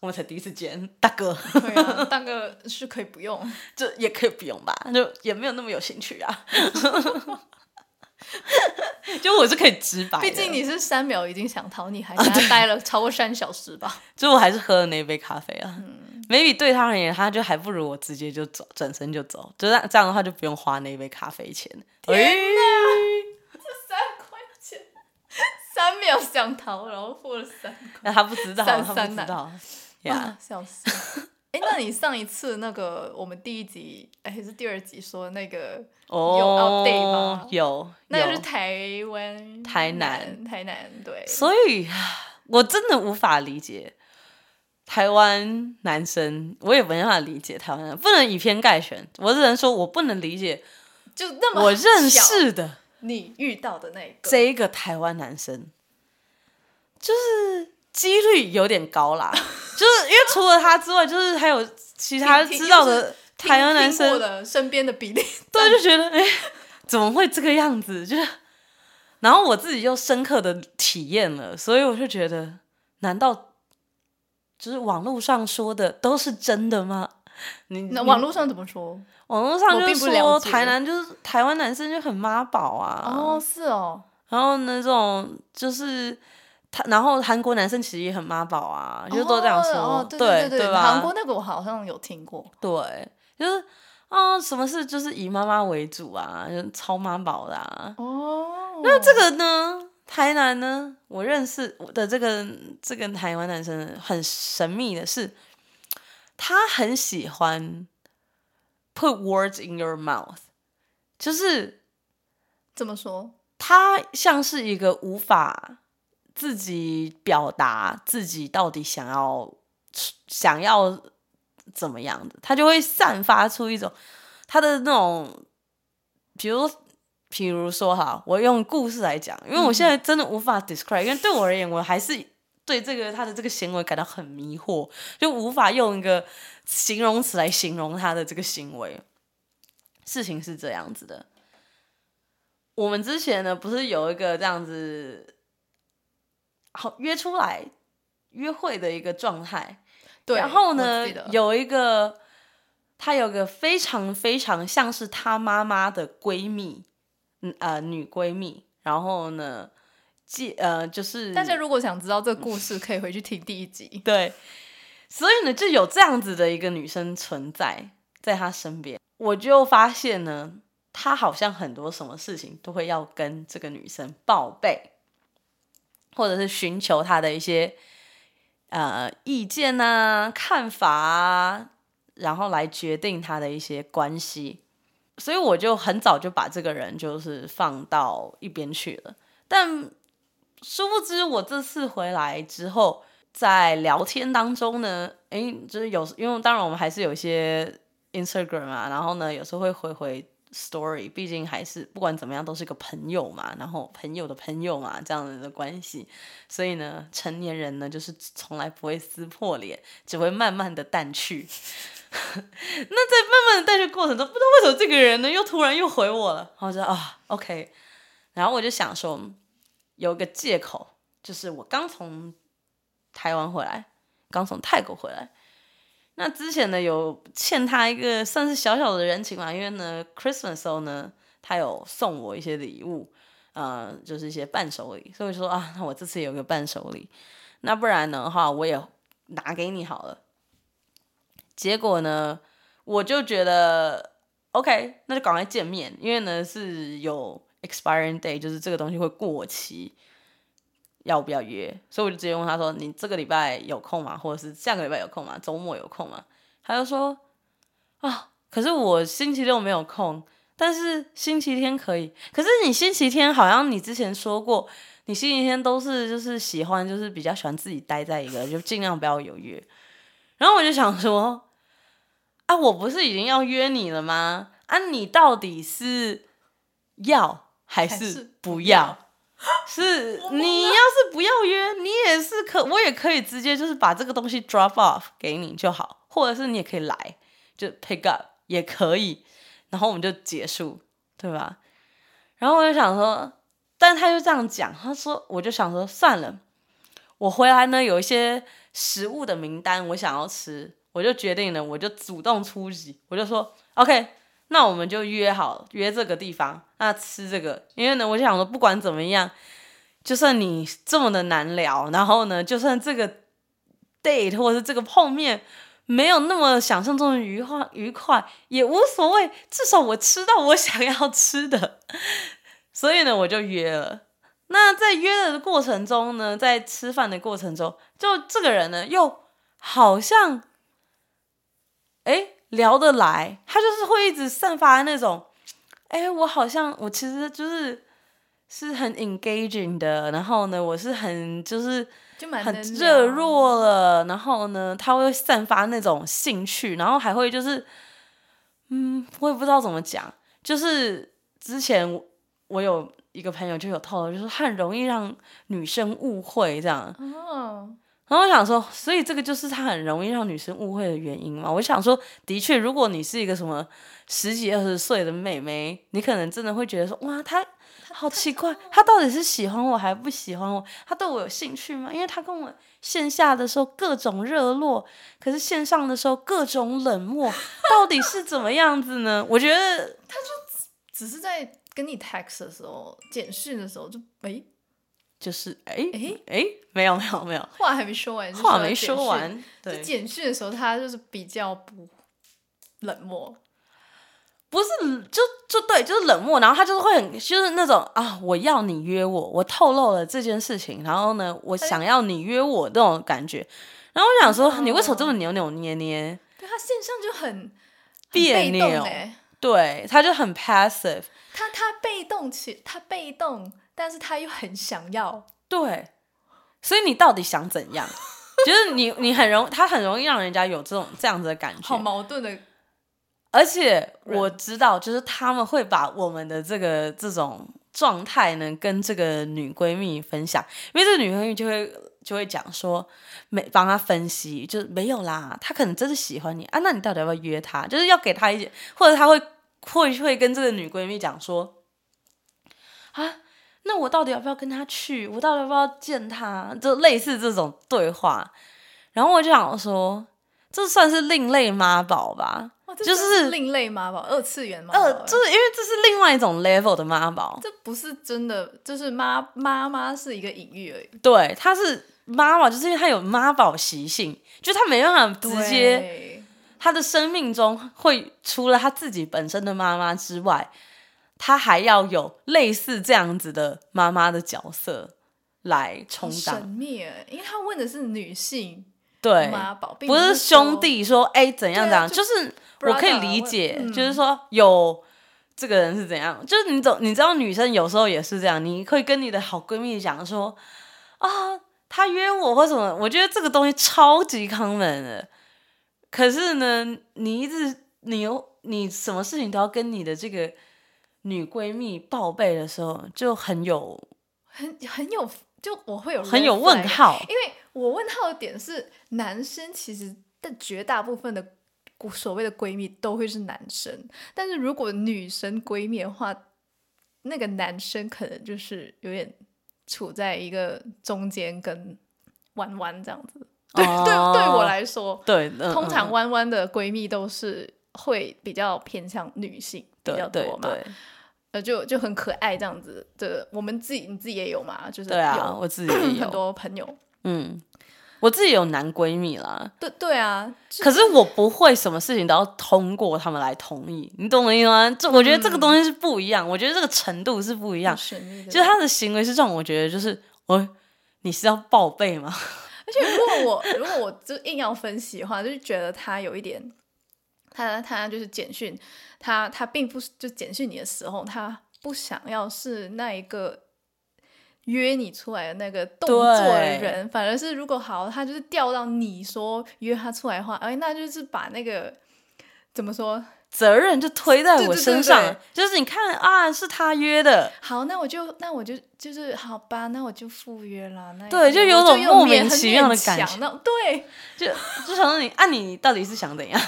[SPEAKER 1] 我才第一次见，大哥，
[SPEAKER 2] 对啊，当个是可以不用，
[SPEAKER 1] 这也可以不用吧，就也没有那么有兴趣啊。 就我是可以直白的，啊
[SPEAKER 2] 毕竟你是三秒已经想逃，你还跟他待了超过三小时吧？
[SPEAKER 1] 就我还是喝了那一杯咖啡啊。maybe
[SPEAKER 2] 嗯
[SPEAKER 1] 对他而言，他就还不如我直接就走，转身就走，就这样这样的话就不用花那一杯咖啡钱。
[SPEAKER 2] 天
[SPEAKER 1] 哎
[SPEAKER 2] 三块钱，三秒想逃，然后付了三块，
[SPEAKER 1] 那、他不知道，
[SPEAKER 2] 三
[SPEAKER 1] 他不
[SPEAKER 2] 三
[SPEAKER 1] 知
[SPEAKER 2] 奶
[SPEAKER 1] 道 呀。
[SPEAKER 2] 啊笑死！哎，那你上一次那个我们第一集哎还是第二集说那个，
[SPEAKER 1] 哦
[SPEAKER 2] update 吗
[SPEAKER 1] 有
[SPEAKER 2] 那个是
[SPEAKER 1] 有
[SPEAKER 2] 台湾、
[SPEAKER 1] 台南、
[SPEAKER 2] 台南对，
[SPEAKER 1] 所以啊我真的无法理解台湾男生，我也没办法理解台湾人，不能以偏概全。我只能说，我不能理解
[SPEAKER 2] 就那么
[SPEAKER 1] 我认
[SPEAKER 2] 小
[SPEAKER 1] 识的。
[SPEAKER 2] 你遇到的那一个，
[SPEAKER 1] 这一个台湾男生，就是几率有点高啦，就是因为除了他之外，就是还有其他
[SPEAKER 2] 听
[SPEAKER 1] 知道
[SPEAKER 2] 就
[SPEAKER 1] 的台湾男
[SPEAKER 2] 听听过
[SPEAKER 1] 生，
[SPEAKER 2] 的身边的比例，
[SPEAKER 1] 对，就觉得哎、诶怎么会这个样子？就是然后我自己又深刻的体验了，所以我就觉得，难道就是网络上说的都是真的吗？ 你
[SPEAKER 2] 那
[SPEAKER 1] 你
[SPEAKER 2] 网络上怎么说？
[SPEAKER 1] 网络上
[SPEAKER 2] 我
[SPEAKER 1] 就
[SPEAKER 2] 并不
[SPEAKER 1] 是说
[SPEAKER 2] 了解
[SPEAKER 1] 台南就是台湾男生就很妈宝啊，
[SPEAKER 2] 哦，是哦，
[SPEAKER 1] 然后那种就是他，然后韩国男生其实也很妈宝啊，就都这样说，
[SPEAKER 2] 哦哦对
[SPEAKER 1] 对
[SPEAKER 2] 对，
[SPEAKER 1] 吧？
[SPEAKER 2] 韩国那个我好像有听过，
[SPEAKER 1] 对，就是啊、什么事就是以妈妈为主啊，就超妈宝的、啊。
[SPEAKER 2] 哦，
[SPEAKER 1] 那这个呢，台南呢，我认识我的这个这个台湾男生很神秘的是，他很喜欢 put words in your mouth，就是
[SPEAKER 2] 怎么说？
[SPEAKER 1] 他像是一个无法自己表达自己到底想要想要怎么样的，他就会散发出一种他的那种，比如比如说哈，我用故事来讲，因为我现在真的无法 describe，、因为对我而言，我还是对这个他的这个行为感到很迷惑，就无法用一个形容词来形容他的这个行为。事情是这样子的，我们之前呢，不是有一个这样子好约出来约会的一个状态，
[SPEAKER 2] 对，
[SPEAKER 1] 然后
[SPEAKER 2] 我
[SPEAKER 1] 呢
[SPEAKER 2] 记得，
[SPEAKER 1] 有一个她有个非常非常像是她妈妈的闺蜜，嗯呃女闺蜜，然后呢，介呃就是
[SPEAKER 2] 大家如果想知道这个故事，可以回去听第一集。
[SPEAKER 1] 对，所以呢，就有这样子的一个女生存在在她身边，我就发现呢，她好像很多什么事情都会要跟这个女生报备，或者是寻求她的一些呃意见呐、看法啊，然后来决定她的一些关系。所以我就很早就把这个人就是放到一边去了，但殊不知我这次回来之后，在聊天当中呢，诶，就是有，因为当然我们还是有一些 Instagram 啊，然后呢，有时候会回回 Story，毕竟还是不管怎么样都是个朋友嘛，然后朋友的朋友嘛，这样子的关系，所以呢，成年人呢就是从来不会撕破脸，只会慢慢的淡去。 那在慢慢的淡去过程中，不知道为什么这个人呢又突然又回我了，然后我就啊，OK，然后我就想说有个借口，就是我刚从台湾回来，刚从泰国回来。那之前呢，有欠他一个算是小小的人情嘛，因为呢，Christmas 的时候呢，他有送我一些礼物，呃，就是一些伴手礼，所以我就说啊，那我这次有个伴手礼，那不然的话我也拿给你好了。结果呢，我就觉得 OK，那就赶快见面，因为呢是有 expiring day，就是这个东西会过期，要不要约？所以我就直接问他说：“你这个礼拜有空吗？或者是下个礼拜有空吗？周末有空吗？”他就说：“啊，可是我星期六没有空，但是星期天可以。可是你星期天好像你之前说过，你星期天都是就是喜欢就是比较喜欢自己待在一个，就尽量不要有约。”然后我就想说：“啊，我不是已经要约你了吗？啊，你到底是要还
[SPEAKER 2] 还
[SPEAKER 1] 是
[SPEAKER 2] 是
[SPEAKER 1] 不
[SPEAKER 2] 不
[SPEAKER 1] 要
[SPEAKER 2] 要？”
[SPEAKER 1] 是你要是不要约，你也是可，我也可以直接就是把这个东西 drop off 给你就好，或者是你也可以来，就 pick up 也可以，然后我们就结束，对吧？然后我就想说，但他就这样讲，他说，我就想说算了，我回来呢有一些食物的名单，我想要吃，我就决定了，我就主动出击，我就说 OK，那我们就约好约这个地方，那吃这个，因为呢，我想说不管怎么样，就算你这么的难聊，然后呢，就算这个 date 或者是这个碰面没有那么想象中的愉快愉快，也无所谓，至少我吃到我想要吃的，所以呢，我就约了。那在约的过程中呢，在吃饭的过程中，就这个人呢，又好像，哎，聊得来，他就是会一直散发那种，哎，我好像我其实就是是很 engaging 的，然后呢，我是很就是
[SPEAKER 2] 就蛮
[SPEAKER 1] 很
[SPEAKER 2] 能
[SPEAKER 1] 热
[SPEAKER 2] 聊，
[SPEAKER 1] 络了，然后呢，他会散发那种兴趣，然后还会就是，嗯，我也不知道怎么讲，就是之前我我有一个朋友就有透露，就是他很容易让女生误会这样，
[SPEAKER 2] 哦，
[SPEAKER 1] 然后我想说，所以这个就是他很容易让女生误会的原因嘛。我想说，的确，如果你是一个什么十几二十岁的妹妹，你可能真的会觉得说，哇，她好奇怪，他到底是喜欢我还不喜欢我？他对我有兴趣吗？因为他跟我线下的时候各种热络，可是线上的时候各种冷漠，到底是怎么样子呢？我觉得
[SPEAKER 2] 只是在跟你 text 的时候、简讯的时候就诶，
[SPEAKER 1] 就是哎
[SPEAKER 2] 诶
[SPEAKER 1] 哎，没有没有没有，
[SPEAKER 2] 话还没说完，就
[SPEAKER 1] 话没
[SPEAKER 2] 说到
[SPEAKER 1] 说
[SPEAKER 2] 简讯。
[SPEAKER 1] 完，
[SPEAKER 2] 就
[SPEAKER 1] 对，
[SPEAKER 2] 简讯的时候，他就是比较不冷漠，
[SPEAKER 1] 不是，就就对，就是冷漠，然后他就是会很，就是那种啊，我要你约我，我透露了这件事情，然后呢，我想要你约我这种感觉，然后我想说，你为什么这么扭扭捏 捏？
[SPEAKER 2] 对他线上就很
[SPEAKER 1] 别
[SPEAKER 2] 很被动
[SPEAKER 1] 扭
[SPEAKER 2] 欸
[SPEAKER 1] 对，他就很 passive，
[SPEAKER 2] 他他被动起，他被动，但是他又很想要，
[SPEAKER 1] 对，所以你到底想怎 样？就是你，你很容，他很容易让人家有这种这样子的感觉，
[SPEAKER 2] 好矛盾啊的。
[SPEAKER 1] 而且
[SPEAKER 2] 人
[SPEAKER 1] 我知道，就是他们会把我们的这个这种状态呢，跟这个女闺蜜分享，因为这个女闺蜜就会就会讲说，没帮她分析，就是没有啦，她可能真的喜欢你啊，那你到底要不要约她？就是要给她一些，或者她会会会跟这个女闺蜜讲说，啊，那我到底要不要跟她去？我到底要不要见她？就类似这种对话，然后我就想说，这算是另类妈宝吧？
[SPEAKER 2] 哇，这
[SPEAKER 1] 就
[SPEAKER 2] 真的
[SPEAKER 1] 是
[SPEAKER 2] 另类妈宝，二次元妈宝欸，
[SPEAKER 1] 呃，就是因为这是另外一种 level 的妈宝，
[SPEAKER 2] 这不是真的，就是妈妈妈是一个隐喻而已，
[SPEAKER 1] 对，她是妈宝，就是因为她有妈宝习性，就是她没办法直接，
[SPEAKER 2] 对
[SPEAKER 1] 她的生命中会除了她自己本身的妈妈之外，她还要有类似这样子的妈妈的角色来
[SPEAKER 2] 好
[SPEAKER 1] 充
[SPEAKER 2] 神
[SPEAKER 1] 当，
[SPEAKER 2] 秘欸，因为他问的是女性
[SPEAKER 1] 对，
[SPEAKER 2] 妈宝，并
[SPEAKER 1] 不
[SPEAKER 2] 是
[SPEAKER 1] 是兄弟说哎、怎样
[SPEAKER 2] 对
[SPEAKER 1] 怎
[SPEAKER 2] 啊
[SPEAKER 1] 样，就是我
[SPEAKER 2] brother
[SPEAKER 1] 可以理解，
[SPEAKER 2] 或嗯
[SPEAKER 1] 就是说有这个人是怎样，就是你总你知道女生有时候也是这样，你会跟你的好闺蜜讲说啊，她约我或什么，我觉得这个东西超级 common 的，可是呢，你一直你又你什么事情都要跟你的这个女闺蜜报备的时候，就很有
[SPEAKER 2] 很很有，就我会有
[SPEAKER 1] 很有
[SPEAKER 2] red flag
[SPEAKER 1] 问号，
[SPEAKER 2] 因为我问号的点是，男生其实的绝大部分的所谓的闺蜜都会是男生，但是如果女生闺蜜的话，那个男生可能就是有点处在一个中间跟弯弯这样子。对、对，对我
[SPEAKER 1] 哦
[SPEAKER 2] 来说，
[SPEAKER 1] 对，嗯
[SPEAKER 2] 通常
[SPEAKER 1] 嗯
[SPEAKER 2] 弯弯的闺蜜都是会比较偏向女性比
[SPEAKER 1] 对
[SPEAKER 2] 较
[SPEAKER 1] 对
[SPEAKER 2] 多嘛，
[SPEAKER 1] 对
[SPEAKER 2] 呃，就就很可爱这样子的。我们自己你自己也有嘛，就是
[SPEAKER 1] 对啊，
[SPEAKER 2] 有
[SPEAKER 1] 我自己也有
[SPEAKER 2] 很多朋友。
[SPEAKER 1] 嗯，我自己有男闺蜜啦，
[SPEAKER 2] 对对啊，就
[SPEAKER 1] 可是我不会什么事情都要通过他们来同意，你懂我意思吗？这我觉得这个
[SPEAKER 2] 嗯
[SPEAKER 1] 东西是不一样，我觉得这个程度是不一样
[SPEAKER 2] 很。神秘的
[SPEAKER 1] 就是他的行为是这种，我觉得就是我你是要报备吗？
[SPEAKER 2] 而且如果我 如果我就硬要分析的话，就是觉得他有一点，他他就是简讯，他他并不是就简讯你的时候，他不想要是那一个约你出来的那个动作的人，反而是如果好，他就是调到你说约他出来的话，哎，那就是把那个怎么说？
[SPEAKER 1] 责任就推在
[SPEAKER 2] 对
[SPEAKER 1] 我
[SPEAKER 2] 对对
[SPEAKER 1] 身上，
[SPEAKER 2] 对
[SPEAKER 1] 就是你看啊，是他约的，
[SPEAKER 2] 好，那我就那我就就是好吧，那我就赴约啦。那也
[SPEAKER 1] 对就
[SPEAKER 2] 我
[SPEAKER 1] 有种
[SPEAKER 2] 有
[SPEAKER 1] 莫
[SPEAKER 2] 勉
[SPEAKER 1] 名
[SPEAKER 2] 很
[SPEAKER 1] 其妙的
[SPEAKER 2] 勉
[SPEAKER 1] 感
[SPEAKER 2] 强
[SPEAKER 1] 觉
[SPEAKER 2] 那对，
[SPEAKER 1] 就就想说你啊，你到底是想怎样？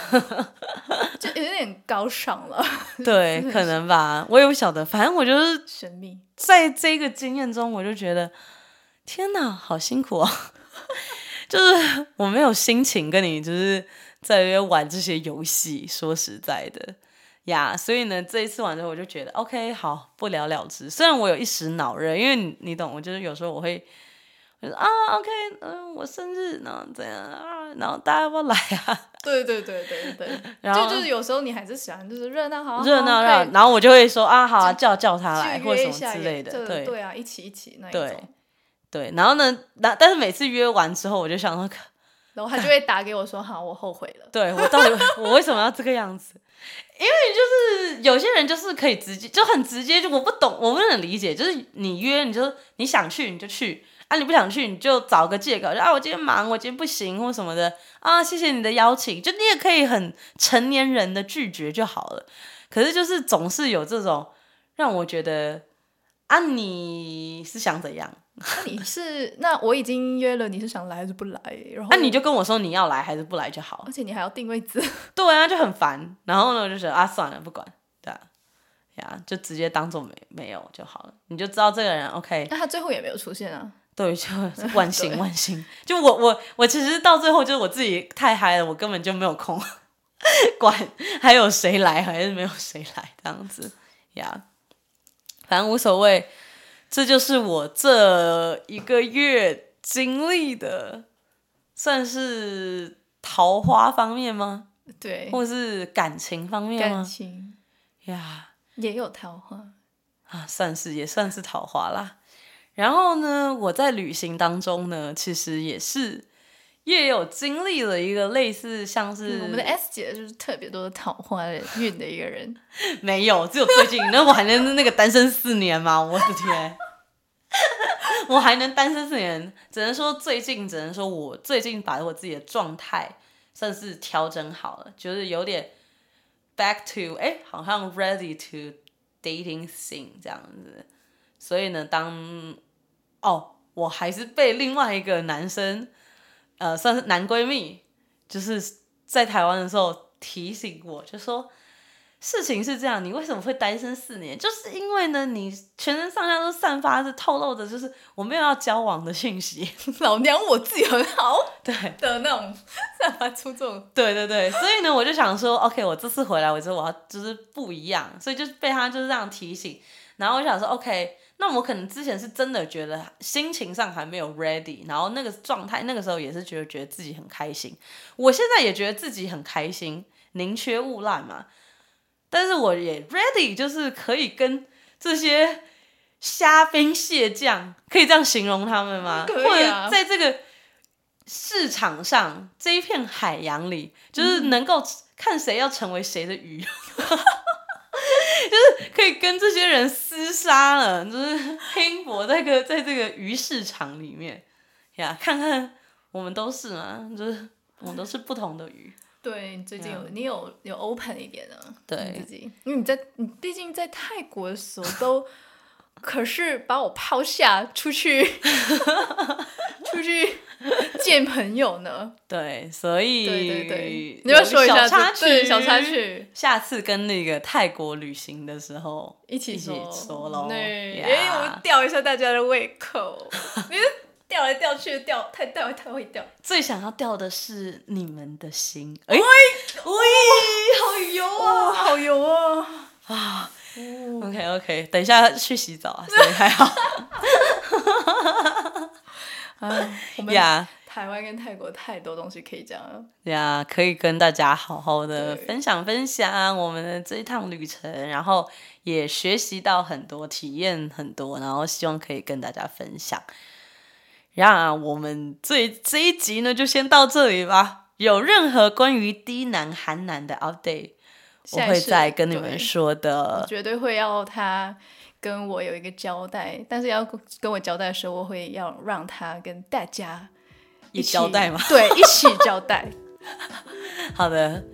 [SPEAKER 2] 就有点高尚了，
[SPEAKER 1] 对，可能吧，我也不晓得，反正我就是
[SPEAKER 2] 神秘。
[SPEAKER 1] 在这个经验中，我就觉得天哪，好辛苦哦！ 就是我没有心情跟你就是在约玩这些游戏，说实在的呀所以呢，这一次玩之后，我就觉得 OK，好，不了了之。虽然我有一时脑热，因为你你懂，我就是有时候我会。我就说啊，OK，嗯、我生日，然后怎样啊，然后大家要不要来啊？
[SPEAKER 2] 对对对对对，
[SPEAKER 1] 然
[SPEAKER 2] 就
[SPEAKER 1] 后
[SPEAKER 2] 就是有时候你还是喜欢就是热闹好好
[SPEAKER 1] 热
[SPEAKER 2] 可
[SPEAKER 1] 闹
[SPEAKER 2] 以
[SPEAKER 1] 热闹，然后我就会说啊，好啊，
[SPEAKER 2] 哦就
[SPEAKER 1] 叫叫他来，
[SPEAKER 2] 去
[SPEAKER 1] 或者
[SPEAKER 2] 约
[SPEAKER 1] 什
[SPEAKER 2] 一
[SPEAKER 1] 么
[SPEAKER 2] 下
[SPEAKER 1] 之
[SPEAKER 2] 也
[SPEAKER 1] 类的，
[SPEAKER 2] 对
[SPEAKER 1] 对
[SPEAKER 2] 对啊，一起一起那一种
[SPEAKER 1] 对，对，然后呢，那但是每次约完之后，我就想说，
[SPEAKER 2] 然后他就会打给我说好，我后悔了，
[SPEAKER 1] 对我到底我为什 么要这个样子？因为就是有些人就是可以直接就很直接，就我不懂，我不能理解，就是你约你就你想去你就去，啊你不想去你就找个借口，就啊我今天忙，我今天不行或什么的啊，谢谢你的邀请，就你也可以很成年人的拒绝就好了。可是就是总是有这种让我觉得啊你是想怎样？
[SPEAKER 2] 那你是那我已经约了，你是想来还是不来？然后
[SPEAKER 1] 那、啊你就跟我说你要来还是不来就好了
[SPEAKER 2] 而且你还要定位资，
[SPEAKER 1] 对啊，就很烦。然后呢，我就觉得啊，算了，不管，对啊。呀就直接当做没没有就好了，你就知道这个人 OK，
[SPEAKER 2] 那他最后也没有出现啊。
[SPEAKER 1] 对，就万幸万幸。就我我我其实到最后就是我自己太嗨了，我根本就没有空 管还有谁来还是没有谁来这样子呀反正无所谓。这就是我这一个月经历的，算是桃花方面吗？
[SPEAKER 2] 对，
[SPEAKER 1] 或是感情方面
[SPEAKER 2] 感
[SPEAKER 1] 吗？
[SPEAKER 2] 情
[SPEAKER 1] 呀、
[SPEAKER 2] 也有桃花。
[SPEAKER 1] 啊，算是也算是桃花啦。然后呢，我在旅行当中呢，其实也是也有经历了一个类似像是、
[SPEAKER 2] 嗯我们的 S 姐就是特别多的桃花的运的一个人。
[SPEAKER 1] 没有，只有最近，那我还能那个单身四年吗？我的天， 我还能单身四年，只能说最近，只能说我最近把我自己的状态算是调整好了，就是有点 back to 哎，好像 ready to dating scene 这样子。所以呢，当哦，我还是被另外一个男生，呃，算是男闺蜜，就是在台湾的时候提醒我，就说。事情是这样，你为什么会单身四年？就是因为呢，你全身上下都散发着透露着就是我没有要交往的讯息。
[SPEAKER 2] 老娘我自己很好
[SPEAKER 1] 对
[SPEAKER 2] 的那种， 散发出这种
[SPEAKER 1] 对对对，所以呢，我就想说，OK，我这次回来，我觉得我要就是不一样，所以就是被他就是这样提醒。然后我想说，OK，那我可能之前是真的觉得心情上还没有 ready，然后那个状态，那个时候也是觉得觉得自己很开心。我现在也觉得自己很开心，宁缺毋滥嘛。但是我也 ready，就是可以跟这些虾兵蟹将，可以这样形容他们吗？
[SPEAKER 2] 可
[SPEAKER 1] 或
[SPEAKER 2] 以啊
[SPEAKER 1] 者在这个市场上这一片海洋里，
[SPEAKER 2] 嗯
[SPEAKER 1] 就是能够看谁要成为谁的鱼， 就是可以跟这些人厮杀了，就是拼搏在这个在这个鱼市场里面呀，看看我们都是嘛，就是我们都是不同的鱼。
[SPEAKER 2] 对，你最近有、
[SPEAKER 1] 对
[SPEAKER 2] 你有有 open 一点啊，
[SPEAKER 1] 对
[SPEAKER 2] 你自己，因为你在你毕竟在泰国的时候都，可是把我抛下出去， 出去见朋友呢。
[SPEAKER 1] 对，所以
[SPEAKER 2] 对对对，你
[SPEAKER 1] 有
[SPEAKER 2] 要说一下
[SPEAKER 1] 小插
[SPEAKER 2] 这对
[SPEAKER 1] 曲，
[SPEAKER 2] 小插。曲，
[SPEAKER 1] 下次跟那个泰国旅行的时候，
[SPEAKER 2] 一起
[SPEAKER 1] 一起
[SPEAKER 2] 说
[SPEAKER 1] 说喽
[SPEAKER 2] 对，
[SPEAKER 1] 呀
[SPEAKER 2] 哎、我吊一下大家的胃口， 因为吊来吊去吊，太吊太会吊。
[SPEAKER 1] 最想要掉的是你们的心。哎，喂，好油
[SPEAKER 2] 哦，
[SPEAKER 1] 啊！
[SPEAKER 2] 好油 哦！
[SPEAKER 1] OK OK，等一下去洗澡啊，所以还好
[SPEAKER 2] 哎， 我们
[SPEAKER 1] 呀。
[SPEAKER 2] 台湾跟泰国太多东西可以讲了。
[SPEAKER 1] 呀可以跟大家好好的
[SPEAKER 2] 对
[SPEAKER 1] 分享分享我们的这一趟旅程，然后也学习到很多，体验很多，然后希望可以跟大家分享。那我们这这一集呢，就先到这里吧。有任何关于低男、韩男的 update，我
[SPEAKER 2] 下一
[SPEAKER 1] 会
[SPEAKER 2] 次
[SPEAKER 1] 再跟你
[SPEAKER 2] 对
[SPEAKER 1] 们说的。
[SPEAKER 2] 绝对会要他跟我有一个交代，但是要跟我交代的时候，我会要让他跟大家
[SPEAKER 1] 也
[SPEAKER 2] 一起
[SPEAKER 1] 交代吗？
[SPEAKER 2] 对，一起交 代。
[SPEAKER 1] 好的，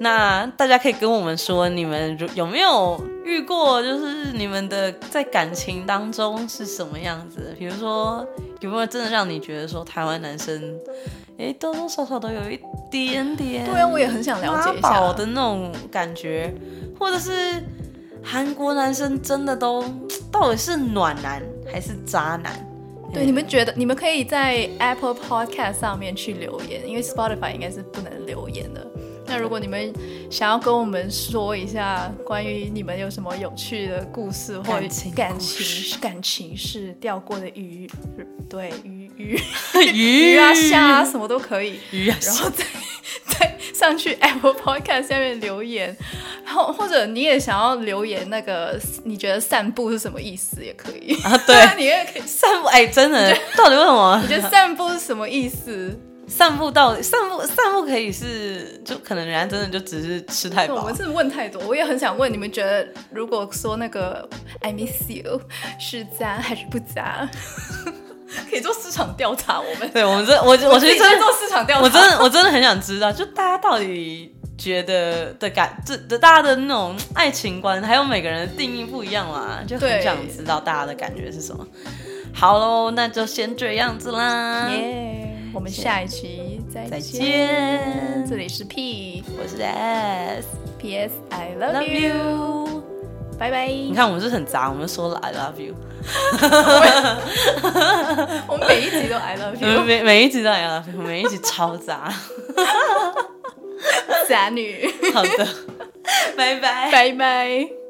[SPEAKER 1] 那大家可以跟我们说，你们如有没有遇过，就是你们的在感情当中是什么样子？比如说，有没有真的让你觉得说台湾男生，哎，多多少少都有一点点
[SPEAKER 2] 对啊，我也很想了
[SPEAKER 1] 妈
[SPEAKER 2] 解一
[SPEAKER 1] 宝
[SPEAKER 2] 下。
[SPEAKER 1] 的那种感觉，或者是韩国男生真的都到底是暖男还是渣 男？
[SPEAKER 2] 对，你们觉得你们可以在 Apple Podcast 上面去留言，因为 Spotify 应该是不能留言的。那如果你们想要跟我们说一下关于你们有什么有趣的故事或者
[SPEAKER 1] 感情
[SPEAKER 2] 感
[SPEAKER 1] 故
[SPEAKER 2] 情
[SPEAKER 1] 事
[SPEAKER 2] 感情是钓过的鱼，对鱼鱼
[SPEAKER 1] 鱼
[SPEAKER 2] 鱼啊虾啊什么都可以。
[SPEAKER 1] 鱼啊
[SPEAKER 2] 然
[SPEAKER 1] 虾
[SPEAKER 2] 后再再上去 Apple Podcast 下面留言，然后或者你也想要留言那个你觉得散步是什么意思也可以，
[SPEAKER 1] 啊，对
[SPEAKER 2] ，你也可以，
[SPEAKER 1] 散步哎，真的，到底为什么？
[SPEAKER 2] 你觉得散步是什么意思？
[SPEAKER 1] 散步到散步散步可以是，就可能人家真的就只是吃太
[SPEAKER 2] 我
[SPEAKER 1] 饱
[SPEAKER 2] 们，是问太多，我也很想问你们觉得，如果说那个 I miss you 是渣还是不渣？ 可以做市场调查，我们
[SPEAKER 1] 对我们真我 我
[SPEAKER 2] 我
[SPEAKER 1] 其
[SPEAKER 2] 自
[SPEAKER 1] 实
[SPEAKER 2] 己
[SPEAKER 1] 真
[SPEAKER 2] 去
[SPEAKER 1] 的
[SPEAKER 2] 做市场调查，
[SPEAKER 1] 我真的我真的很想知道，就大家到底觉得的感，这的大家的那种爱情观，还有每个人的定义不一样嘛，就
[SPEAKER 2] 对
[SPEAKER 1] 很想知道大家的感觉是什么。好喽，那就先这样子啦，
[SPEAKER 2] 耶我们下一期再
[SPEAKER 1] 再
[SPEAKER 2] 见。
[SPEAKER 1] 见
[SPEAKER 2] 这。里是 P
[SPEAKER 1] 我是 S，Love
[SPEAKER 2] P S I love you。
[SPEAKER 1] you。
[SPEAKER 2] 拜拜。
[SPEAKER 1] 你看我们是很杂，我们说了 I love you，
[SPEAKER 2] 我们每一集都 I love
[SPEAKER 1] 我们
[SPEAKER 2] you，
[SPEAKER 1] 每每一集都 I love you，每一集超杂。
[SPEAKER 2] 傻女，
[SPEAKER 1] 好的，拜拜。
[SPEAKER 2] 拜拜。